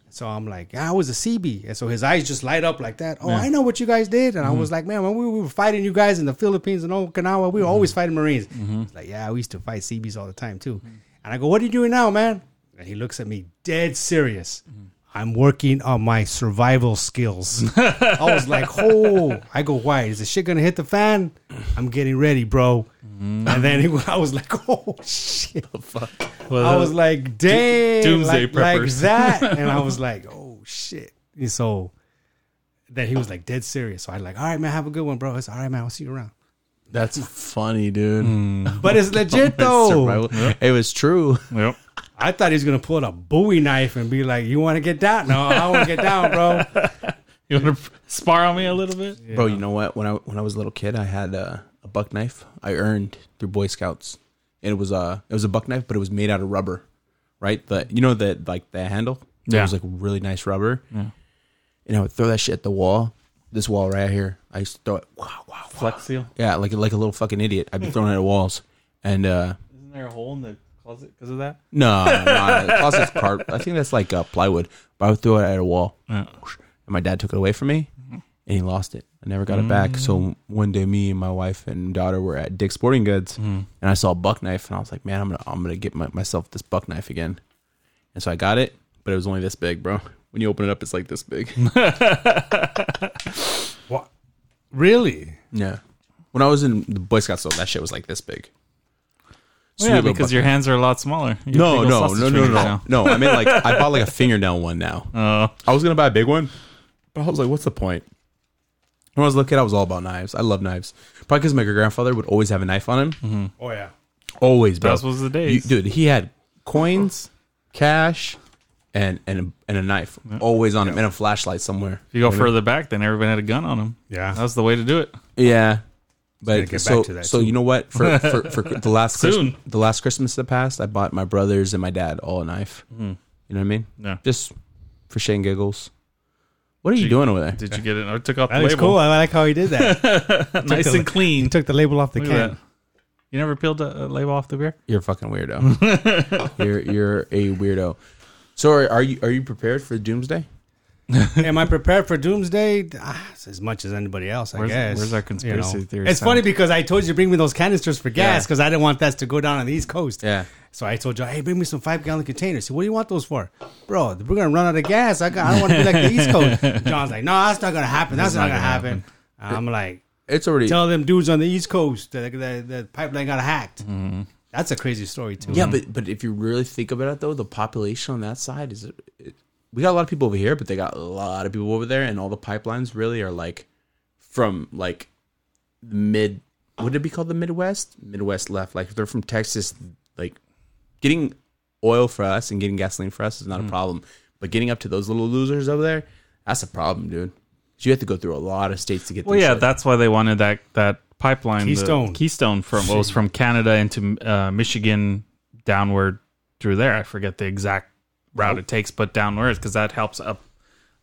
So I'm like, yeah, I was a CB. And so his eyes just light up like that. Oh, I know what you guys did. And I was like, man, when we, we were fighting you guys in the Philippines and Okinawa, we were always fighting Marines. He's like, yeah, we used to fight CBs all the time too. And I go, what are you doing now, man? And he looks at me dead serious. I'm working on my survival skills. I was like, oh, I go, why? Is the shit going to hit the fan? I'm getting ready, bro. And then he, *laughs* I was like, oh, shit. I was like, dang, Uh, doomsday like, like preppers. *laughs* that, and I was like, oh shit. And so then he was like dead serious. So I like, all right, man, have a good one, bro. It's all right, man. I'll see you around. That's funny, dude. But it's *laughs* *laughs* legit though. Survival. It was true. yep. I thought he was gonna pull out a Bowie knife and be like, "You want to get down? No, I want to get *laughs* down, bro." You want to spar on me a little bit? Bro, you know what? When I when I was a little kid, I had a, a buck knife I earned through Boy Scouts, and it was a it was a buck knife, but it was made out of rubber, right? The you know the like the handle, it Yeah. was like really nice rubber, and I would throw that shit at the wall, this wall right here. I used to throw it, wow, wow, wow. Flex seal. yeah, like like a little fucking idiot. I'd be throwing it at walls, and uh, Isn't there a hole in the closet because of that? no, no, no, closet's card. I think that's like uh, plywood, but I would throw it at a wall. and my dad took it away from me Mm-hmm. and he lost it. I never got it back. Mm. So one day me and my wife and daughter were at Dick's Sporting Goods Mm. and I saw a buck knife and I was like, man, I'm going to I'm going to get my, myself this buck knife again. And so I got it, but it was only this big, bro. When you open it up, it's like this *laughs* big. What? Really? yeah. When I was in the Boy Scouts, though, that shit was like this big. Well, yeah, Sweet little because buck your knife. hands are a lot smaller. no, You have big no, old no, sausage no, fingers *laughs* no, no. I mean, like I bought like a fingernail one now. now. I was gonna buy a big one, but I was like, what's the point? When I was a little kid, I was all about knives. I love knives. Probably because my grandfather would always have a knife on him. Oh yeah. Always, bro. Those was the days. You- dude. He had coins, cash, and and a, and a knife always on him, and a flashlight somewhere. If you go further back, then everybody had a gun on them. Yeah. That was the way to do it. Yeah, gonna but get so back to that so soon. you know what? For for, for the last Christ- Soon. the last Christmas that passed, I bought my brothers and my dad all a knife. You know what I mean? Yeah. Just for shit and giggles. What are you doing over there? Did you get it? I took off the That looks label. cool. I like how he did that. *laughs* Nice and he clean. took the label off the Look at can. that. You never peeled a a label off the beer? You're a fucking *laughs* weirdo. you're you're a weirdo. So are, are you are you prepared for doomsday? Am I prepared for doomsday? Ah, it's as much as anybody else, I Where's- guess. where's our conspiracy theory It's sound? funny because I told you to bring me those canisters for gas Yeah. because I didn't want that to go down on the East Coast. Yeah. So I told you, hey, bring me some five gallon containers. He said, what do you want those for, bro? We're gonna run out of gas. I, got, I don't want to be like the East Coast. John's like, no, that's not gonna happen. That's, not, gonna, happen. I'm like, It's already tell them dudes on the East Coast that that- that pipeline got hacked. That's a crazy story too. Yeah, Mm-hmm. but but if you really think about it, though, the population on that side is it, we got a lot of people over here, but they got a lot of people over there, and all the pipelines really are like from like mid. Would it be called the Midwest? Midwest left, like they're from Texas. Like getting oil for us and getting gasoline for us is Mm-hmm. not a problem, but getting up to those little losers over there, that's a problem, dude. 'Cause You have to go through a lot of states to get. Well, this yeah, shit. that's why they wanted that that pipeline, the Keystone. Keystone from well, it was from Canada into uh, Michigan downward through there. I forget the exact route it takes, but downwards because that helps up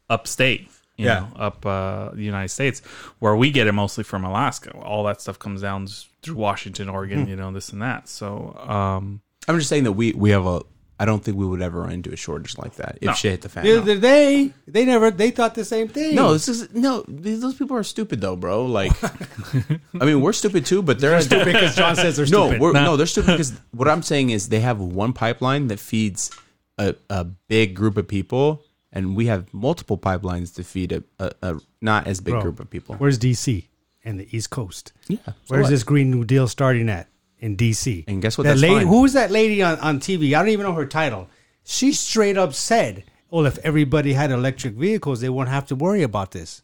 upstate, you Yeah. know, up uh, the United States, where we get it mostly from Alaska. All that stuff comes down through Washington, Oregon, you know, this and that. So, um, I'm just saying that we we have a. I don't think we would ever run into a shortage like that if shit hit the fan. The other day, they never they thought the same thing. No, this is no. These, those people are stupid though, bro. Like, *laughs* I mean, we're stupid too, but they're stupid. *laughs* because John says they're No, stupid. we're, no, they're stupid because what I'm saying is they have one pipeline that feeds a, a big group of people, and we have multiple pipelines to feed a, a, a not as big Bro, group of people. Where's DC and the East Coast? Yeah, so Where's what? this Green New Deal starting at in DC? And guess what? That That's lady, fine. who was that lady on, on TV? I don't even know her title. She straight up said, "Well, if everybody had electric vehicles, they wouldn't have to worry about this."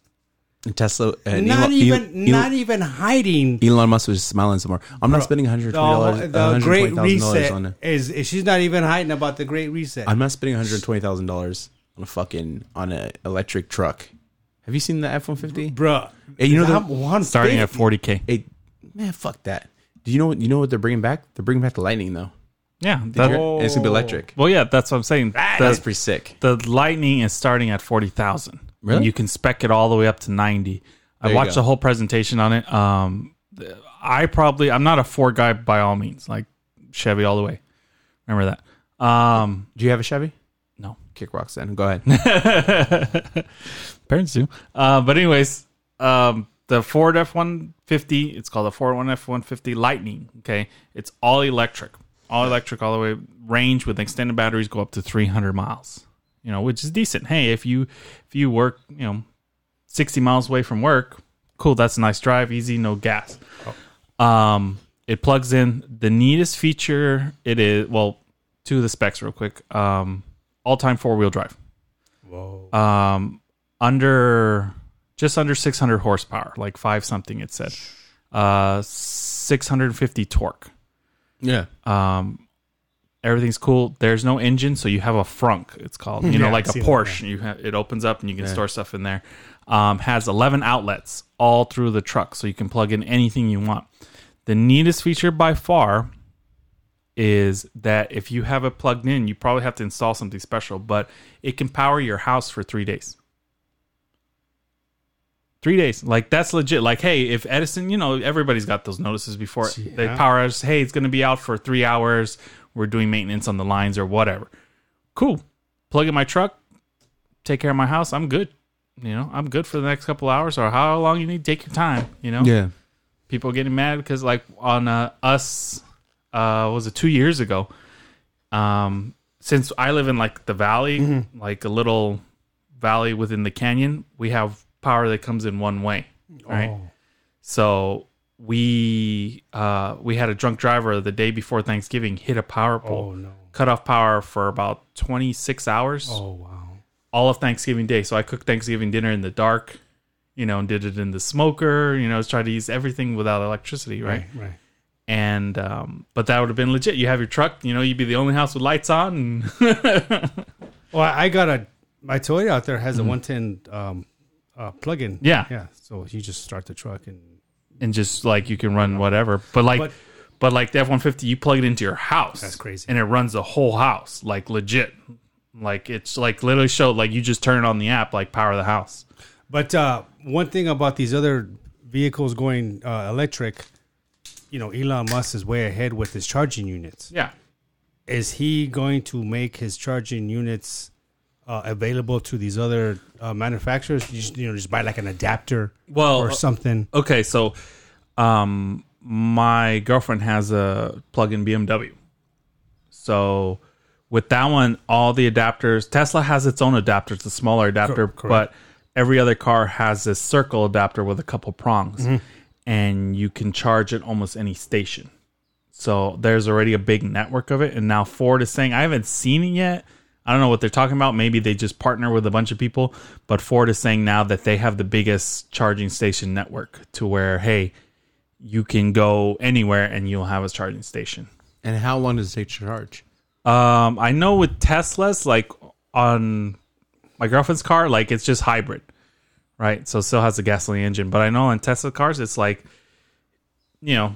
And Tesla? And not Elon, even, Elon, not even hiding. Elon Musk was smiling somewhere. I'm not spending 120 The, the dollars. Great dollars on. Reset is, is she's not even hiding about the Great Reset. I'm not spending 120 thousand dollars on a fucking on an electric truck. Have you seen the F-150? Bruh, Hey, you know I'm the- one starting at fifty. 40k. Hey, man, fuck that. Do you know what you know what they're bringing back? They're bringing back the lightning though. Yeah, Did that, you hear? And it's gonna be electric. well, yeah, that's what I'm saying. That's The- pretty sick. the lightning is starting at 40,000. Really? And you can spec it all the way up to 90. There I you watched go. the whole presentation on it. Um, th- I probably, I'm not a four guy by all means, like Chevy all the way. Remember that. Um, Do you have a Chevy? No. Kick rocks then. Go ahead. *laughs* Parents do. Uh, but anyways, um, the Ford F one fifty. It's called the Ford one F one fifty Lightning. Okay, it's all electric, all electric, all the way range with extended batteries go up to three hundred miles. You know, which is decent. Hey, if you if you work, you know, sixty miles away from work, cool. That's a nice drive, easy, no gas. Um, it plugs in the neatest feature. It is well, two of the specs real quick. Um, all time four wheel drive um, under just under 600 horsepower, like five something it said, uh, 650 torque. yeah. Everything's cool. There's no engine, so you have a frunk. It's called, you know, Yeah, like I've a seen that, Porsche. You have it opens up and you can store stuff in there. Um, has 11 outlets all through the truck, so you can plug in anything you want. The neatest feature by far is that if you have it plugged in, you probably have to install something special, but it can power your house for three days. Three days. Like that's legit. Like, hey, if Edison, you know, everybody's got those notices before they power us, hey, it's gonna be out for three hours. We're doing maintenance on the lines or whatever. Cool. Plug in my truck, take care of my house, I'm good. You know, I'm good for the next couple hours or how long you need, take your time, you know? Yeah. people getting mad because like on uh, us uh what was it two years ago um since i live in like the valley Mm-hmm. like a little valley within the canyon we have power that comes in one way right Oh. so we uh we had a drunk driver the day before thanksgiving hit a power pole Oh no! cut off power for about 26 hours Oh wow! all of Thanksgiving Day. So I cooked Thanksgiving dinner in the dark, you know, and did it in the smoker, you know, tried to use everything without electricity, right? Right. And, um, but that would have been legit. You have your truck, you know, you'd be the only house with lights on. And Well, I got a my Toyota out there has a 110 um, uh, plug-in. Mm-hmm. Yeah. yeah. So you just start the truck and and just like you can run whatever. But like, But- but, like the F one fifty, you plug it into your house. That's crazy. and it runs the whole house, like legit. Like it's like literally showed like you just turn it on the app, like power the house. But uh, one thing about these other vehicles going uh, electric, you know, Elon Musk is way ahead with his charging units. Yeah, Is he going to make his charging units uh, available to these other uh, manufacturers. You just, you know, just buy like an adapter Well, uh, or something. okay, so um my girlfriend has a plug-in BMW. So with that one, all the adapters, Tesla has its own adapter, it's a smaller adapter, but every other car has this circle adapter with a couple prongs and you can charge at almost any station. So there's already a big network of it and now Ford is saying I haven't seen it yet. I don't know what they're talking about. Maybe they just partner with a bunch of people, but Ford is saying now that they have the biggest charging station network to where hey, you can go anywhere and you'll have a charging station. And how long does it take to charge? Um, I know with Teslas, like on my girlfriend's car, like it's just hybrid, right? So it still has a gasoline engine. But I know on Tesla cars, it's like, you know,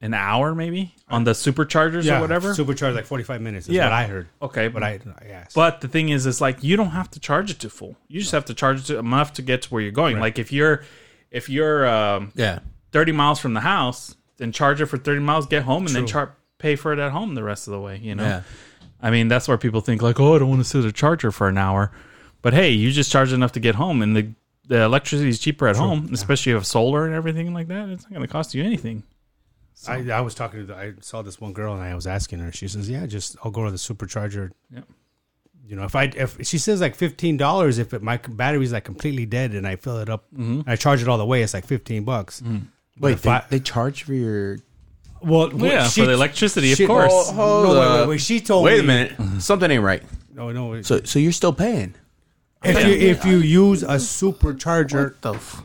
an hour maybe on the superchargers or whatever. Supercharged like 45 minutes. Is Yeah. Oh. what I heard. okay, But I, yeah. But the thing is, it's like you don't have to charge it to full. You just have to charge it to enough to get to where you're going. Like if you're, if you're um, Yeah. 30 miles from the house, then charge it for 30 miles, get home, and then char- pay for it at home the rest of the way. You know. Yeah. I mean, that's where people think like, oh, I don't want to sit at a charger for an hour. But hey, you just charge enough to get home, and the the electricity is cheaper at home, especially if you have solar and everything like that. It's not going to cost you anything. I, I was talking to, the, I saw this one girl and I was asking her. She says, "Yeah, just I'll go to the supercharger." Yep. You know, if I if she says like fifteen dollars, if it, my battery's like completely dead and I fill it up, and I charge it all the way, it's like fifteen bucks. Wait, If I- they, they charge for your. Well, well, yeah, she- for the electricity, she- of course. hold No, wait, wait, up. wait, she told Oh, Wait a me- minute. Something ain't right. No, no. So, so you're still paying. if you if you use a supercharger, the f-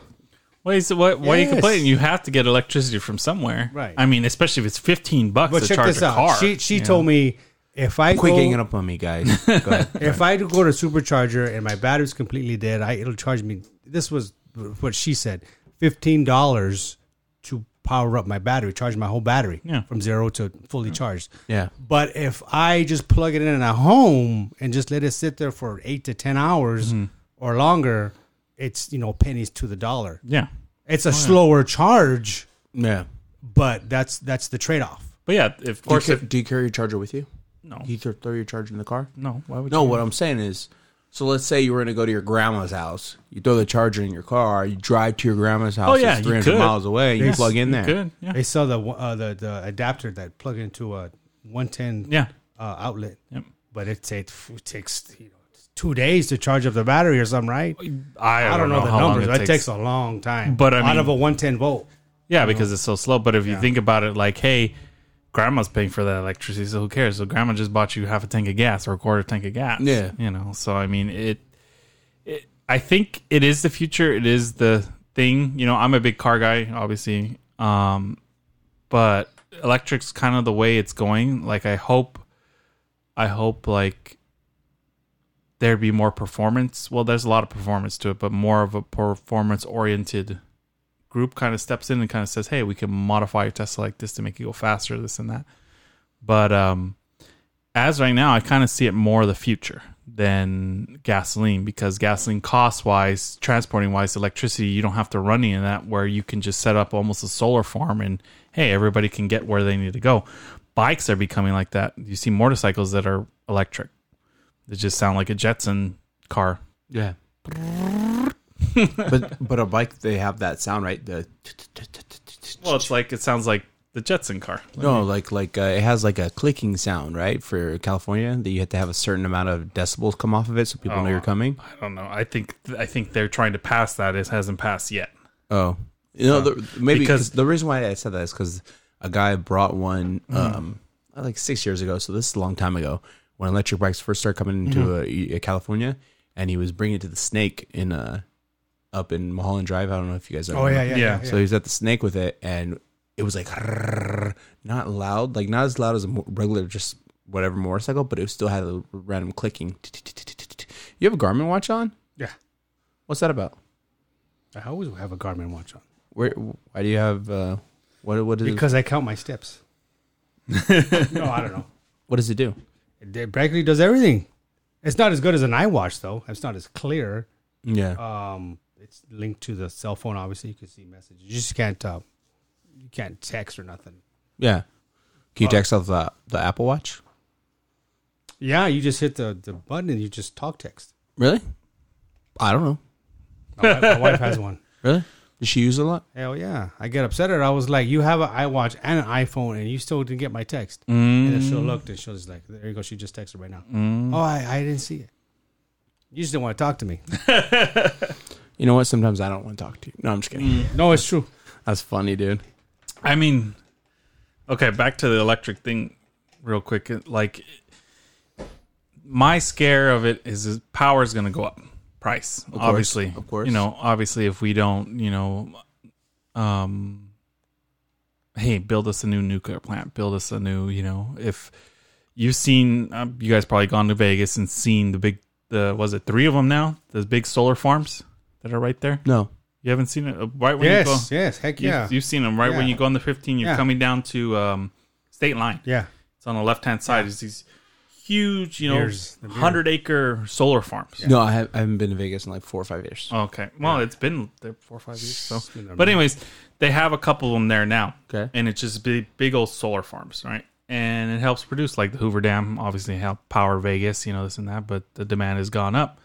Why is it, what, why are you Yes. complaining? You have to get electricity from somewhere, Right. I mean, especially if it's fifteen bucks but to check charge this a out. car. she she told me if I Quit go, ganging up on me, guys. Go ahead. *laughs* If I do go to supercharger and my battery's completely dead, I it'll charge me. This was what she said: fifteen dollars to power up my battery, charge my whole battery Yeah. from zero to fully charged. Yeah. But if I just plug it in at home and just let it sit there for eight to ten hours Mm-hmm. or longer, it's you know pennies to the dollar. Oh, yeah, It's a slower charge, Yeah. but that's that's the trade off. but yeah, if, of Do you, course, ca- if, do you carry your charger with you? no, Do you th- throw your charger in the car? no, why would No, you? what I'm saying is, so let's say you were going to go to your grandma's house. You throw the charger in your car. You drive to your grandma's house. Oh, it's yeah, you 300 could. miles away. And you Yes, plug in you there. could, yeah, They sell the uh, the the adapter that plug into a one ten yeah, uh, outlet. Yep. But it, takes it takes you know two days to charge up the battery or something, right? I, I don't know, how the long numbers. it That takes a long time. But I out mean- of a one ten volt, Yeah, because it's so slow. But if you think about it, like, hey, grandma's paying for that electricity, so who cares? So grandma just bought you half a tank of gas or a quarter tank of gas. Yeah. you know. So I mean, it. it I think it is the future. It is the thing. You know, I'm a big car guy, obviously. Um, but electric's kind of the way it's going. Like, I hope, I hope like there'd be more performance. Well, there's a lot of performance to it, but more of a performance oriented group kind of steps in and kind of says, "Hey, we can modify your Tesla like this to make it go faster, this and that." But um, as right now, I kind of see it more the future than gasoline because gasoline cost wise, transporting wise, electricity you don't have to run any of that. Where you can just set up almost a solar farm and hey, everybody can get where they need to go. Bikes are becoming like that. You see motorcycles that are electric. They just sound like a Jetson car. Yeah. but but a bike they have that sound right the Well, it's like it sounds like the Jetson car. no like like uh, it has like a clicking sound right for California that you have to have a certain amount of decibels come off of it so people know Oh. you're coming. I don't know. I think I think they're trying to pass that. It hasn't passed yet. Oh, you know Uh, the, maybe because- because the reason why I said that is because a guy brought one Mm. um like six years ago, so this is a long time ago when electric bikes first started coming into Mm. uh, uh, California, and he was bringing it to the Snake in uh up in Mulholland Drive. I don't know if you guys are. oh yeah, Yeah. yeah, yeah. So he was at the snake with it, and it was like "Rrrr," not loud, like not as loud as a mo- regular just whatever motorcycle, but it still had a random clicking. You have a Garmin watch on? Yeah. What's that about? I always have a Garmin watch on Where? Why do you have? Uh, what? What is? because I count my steps. no, I don't know. what does it do? It it practically does everything. It's not as good as an iWatch though. It's not as clear. Yeah. Um, it's linked to the cell phone. Obviously, you can see messages. You just can't uh, you can't text or nothing. yeah. Can you text off the the Apple Watch? Yeah, you just hit the, the button and you just talk text. Really? I don't know. My wife, my wife has one. Really? Does she use it a lot? *laughs* Hell yeah. I get upset at her. I was like, you have an iWatch and an iPhone and you still didn't get my text. And then Mm. she'll look and she'll just like, there you go. She just texted right now. Oh, I, I didn't see it. You just didn't want to talk to me. *laughs* You know what? Sometimes I don't want to talk to you. No, I'm just kidding. no, it's true. That's funny, dude. I mean, okay, back to the electric thing, real quick. Like, my scare of it is, is power is going to go up, price, obviously. of course. you know, obviously, if we don't, you know, um, hey, build us a new nuclear plant, build us a new, you know, if you've seen, um, you guys probably gone to Vegas and seen the big, the was it three of them now? Those big solar farms that are right there. No. You haven't seen it Uh, right when you go. Yes, yes. Heck You've, yeah. you've seen them right when Yeah. you go on the 15. You're Yeah. coming down to um, state line. yeah. It's on the left hand side. It's these huge, you know, Here's the beer. hundred acre solar farms. No, I, have, I haven't been to Vegas in like four or five years. Okay. Well, it's been there four or five years. So, been a but anyways, they have a couple of them there now. Okay. And it's just big, big old solar farms, right? And it helps produce like the Hoover Dam, obviously help power Vegas, you know, this and that. But the demand has gone up.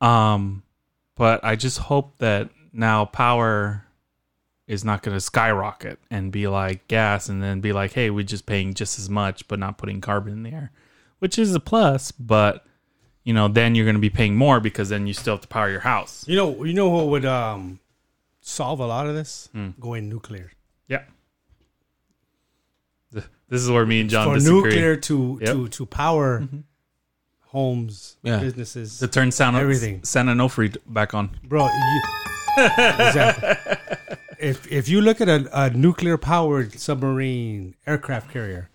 Um, but I just hope that now power is not going to skyrocket and be like gas, and then be like, hey, we're just paying just as much, but not putting carbon in the air, which is a plus, but. You know, then you're going to be paying more because then you still have to power your house. You know, you know what would um, solve a lot of this? Hmm. Going nuclear. Yeah. Th- This is where me and John For disagree. nuclear to, Yep. Mm-hmm. to, to power homes, Yeah. businesses. to turn San Everything. San Onofre back on. Bro, you, exactly. If if you look at a, a nuclear powered submarine aircraft carrier,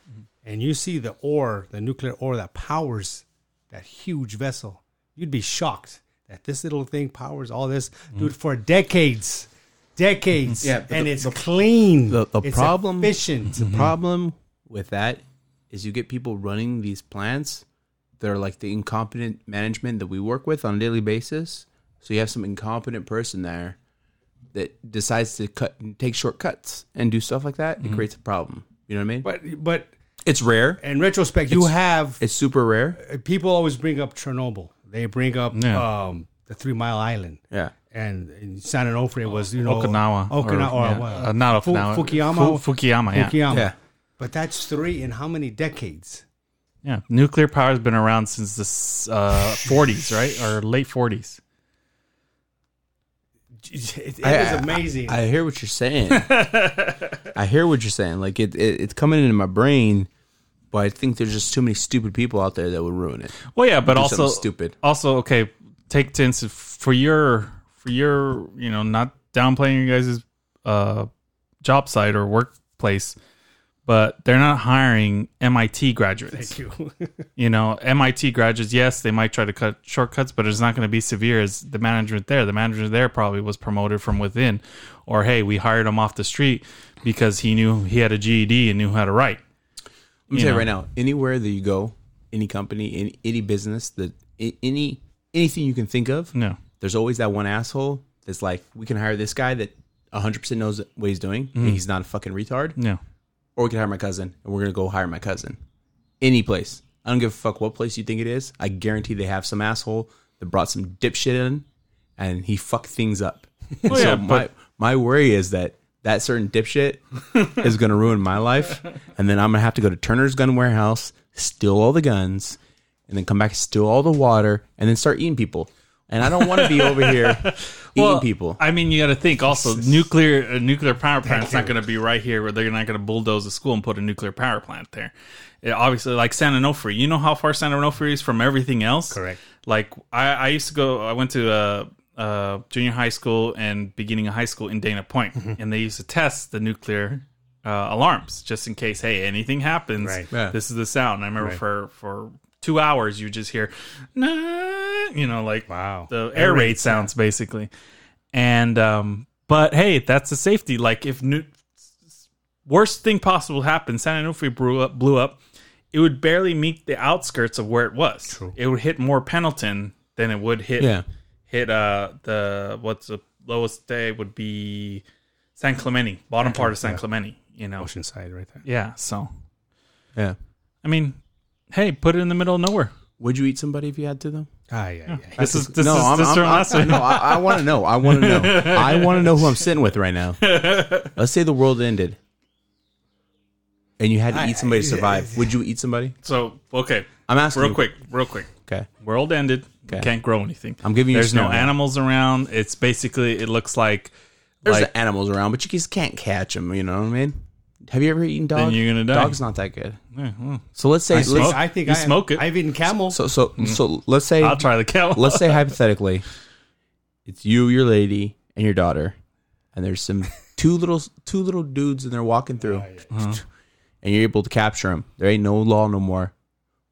and you see the ore, the nuclear ore that powers that huge vessel, you'd be shocked that this little thing powers all this, dude, for decades, decades. Mm-hmm. Yeah, but and the- it's clean. the- the it's problem- Mm-hmm. efficient. The problem with that is you get people running these plants that are like the incompetent management that we work with on a daily basis. So you have some incompetent person there that decides to cut take shortcuts and do stuff like that. It creates a problem. You know what I mean? But but it's rare. in retrospect, you have It's super rare. people always bring up Chernobyl. They bring up Yeah. um, the Three Mile Island. Yeah. and, and San Onofre was you know Okinawa. Oh. Okinawa, or, yeah, what? uh, not Fu- Okinawa. Fukuyama, Fu- Fukuyama, yeah. Fukuyama. Yeah. But that's three in how many decades? *laughs* Yeah. Nuclear power has been around since the s- uh, 40s, right? Or late 40s. It, it I- is I- amazing. *laughs* I, hear what you're saying. I hear what you're saying. Like it, it, it's coming into my brain, but I think there's just too many stupid people out there that would ruin it. Well, yeah, but Do also something stupid. Also, okay, take to instance for your for your you know not downplaying your guys' uh, job site or workplace, but they're not hiring MIT graduates. Thank you. you know, MIT graduates, yes, they might try to cut shortcuts, but it's not going to be severe as the management there. The manager there probably was promoted from within, or hey, we hired him off the street because he knew he had a GED and knew how to write. Let me tell you know. right now, anywhere that you go, any company, any, any business, that a- any anything you can think of, No, there's always that one asshole that's like, we can hire this guy that 100% knows what he's doing, Mm. and he's not a fucking retard, no, or we can hire my cousin, and we're gonna go hire my cousin. Any place, I don't give a fuck what place you think it is. I guarantee they have some asshole that brought some dipshit in, and he fucked things *laughs* up. And so Oh, yeah, my but- my worry is that. That certain *laughs* dipshit is gonna ruin my life, and then I'm gonna have to go to Turner's Gun Warehouse, steal all the guns, and then come back, steal all the water, and then start eating people. And I don't want to be over *laughs* here eating people. I mean, you got to think also nuclear a nuclear power plant's not going to be right here where they're not going to bulldoze a school and put a nuclear power plant there. It, obviously, like San Onofre, you know how far San Onofre is from everything else. Correct. Like I, I used to go. I went to uh, uh, junior high school and beginning of high school in Dana Point, Mm-hmm. and they used to test the nuclear. Uh, alarms just in case hey anything happens Right. Yeah. this is the sound i remember Right. for for two hours you just hear nah, you know like Wow. the air raid sounds basically and um but hey that's the safety like if nu- worst thing possible happened san onofre blew up blew up it would barely meet the outskirts of where it was it would hit more pendleton than it would hit Yeah. hit uh the what's the lowest day would be san clemente bottom part of san clemente you know Oceanside, right there. yeah so yeah. i mean hey put it in the middle of nowhere Would you eat somebody if you had to though? Ah, yeah, yeah. This is this is this from last I, week. no, I, I want to know. I want to know. I want to know who I'm sitting with right *laughs* now. Let's say the world ended, and you had to eat somebody to survive. Would you eat somebody? So okay, I'm asking real you. quick, real quick. Okay. World ended. Okay. Can't grow anything. I'm giving you a There's no scenario. animals around. It's basically it looks like There's like the animals around, but you just can't catch them. You know what I mean? Have you ever eaten dog? you're gonna die. Dog's not that good. So let's say smoke. let's, I think You I am- smoke it. I've eaten camel. so so so let's say I'll try the cow. let's say hypothetically, it's you, your lady, and your daughter, and there's some two little two little dudes, and they're walking through, Uh-huh. and you're able to capture them. There ain't no law no more.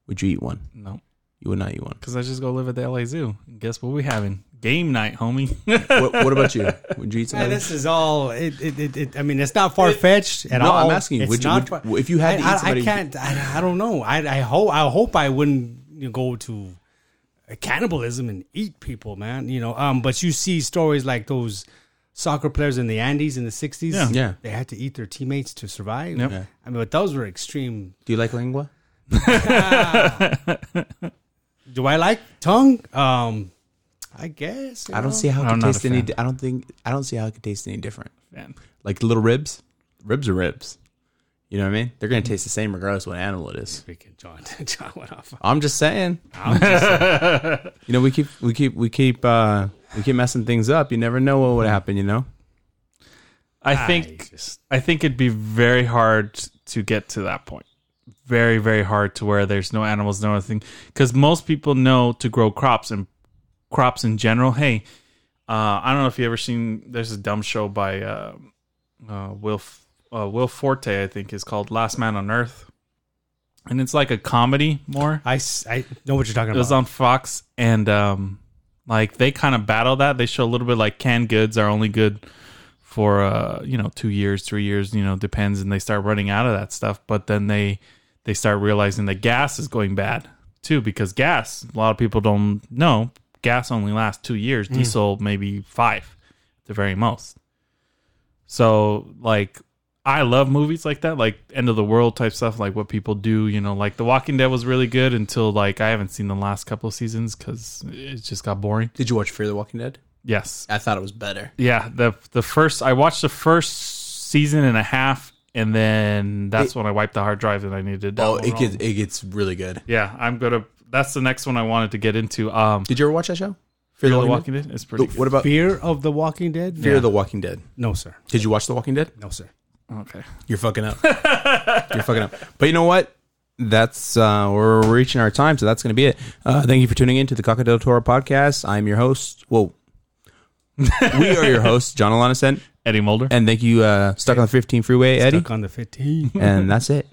Would you eat one? no, You would not eat one. because I just go live at the LA Zoo. And guess what we having? Game night, homie. *laughs* what, what about you? Would you eat Man, something? this is all. It, it, it, it, I mean, it's not far fetched at No, all. I'm asking you, It's would you- not would- far- if you had to I, eat I- somebody- I can't. I, I don't know. I, I hope. I hope I wouldn't you know, go to cannibalism and eat people, man. You know. Um. But you see stories like those soccer players in the Andes in the '60s. Yeah. Yeah. They had to eat their teammates to survive. Yep. Yeah. I mean, but those were extreme. Do you like lingua? Do I like tongue? Um. I guess. you I know. don't see how it I'm could not a taste any. fan. di- I don't think. I don't see how it could taste any different. Man. Like little ribs. Ribs are ribs. You know what I mean? They're gonna taste the same regardless what animal it is. Freaking John. *laughs* John went off. I'm just saying. *laughs* you know, we keep we keep we keep uh we keep messing things up. You never know what would happen, you know? I think just- I think it'd be very hard to get to that point. Very very hard to where there's no animals, no anything. Because most people know to grow crops and crops in general. Hey, uh, I don't know if you ever seen. There's a dumb show by uh, uh, Will F- uh, Will Forte. I think is called Last Man on Earth, and it's like a comedy more. I, s- I know what you're talking It was about. on Fox, and um, like they kind of battle that. They show a little bit like canned goods are only good for uh, you know two years, three years, you know depends, and they start running out of that stuff. But then they they start realizing that gas is going bad too because gas. A lot of people don't know gas only lasts two years. Hmm. Diesel maybe five, at the very most. So like I love movies like that, like end of the world type stuff, like what people do. You know, like The Walking Dead was really good until like I haven't seen the last couple of seasons because it just got boring. Did you watch Fear the Walking Dead? Yes, I thought it was better. yeah. the The first I watched the first season and a half, and then that's when I wiped the hard drive that I needed. To Oh, download it all gets of them. it gets really good. Yeah, I'm gonna. That's the next one I wanted to get into. Um, Did you ever watch that show? Fear the Walking Dead is pretty. Dead? What about Fear, Fear of the Walking Dead. the Walking Dead? No, sir. Did you watch The Walking Dead? No, sir. okay. You're fucking up. *laughs* You're fucking up. But you know what? That's uh we're reaching our time, so that's gonna be it. Uh thank you for tuning in to the Cockadell Toro podcast. I'm your host. Whoa. *laughs* we are your hosts, John Alanisent, Eddie Mulder. and thank you, uh Stuck on the 15 Freeway, Eddie. Stuck on the 15. and that's it.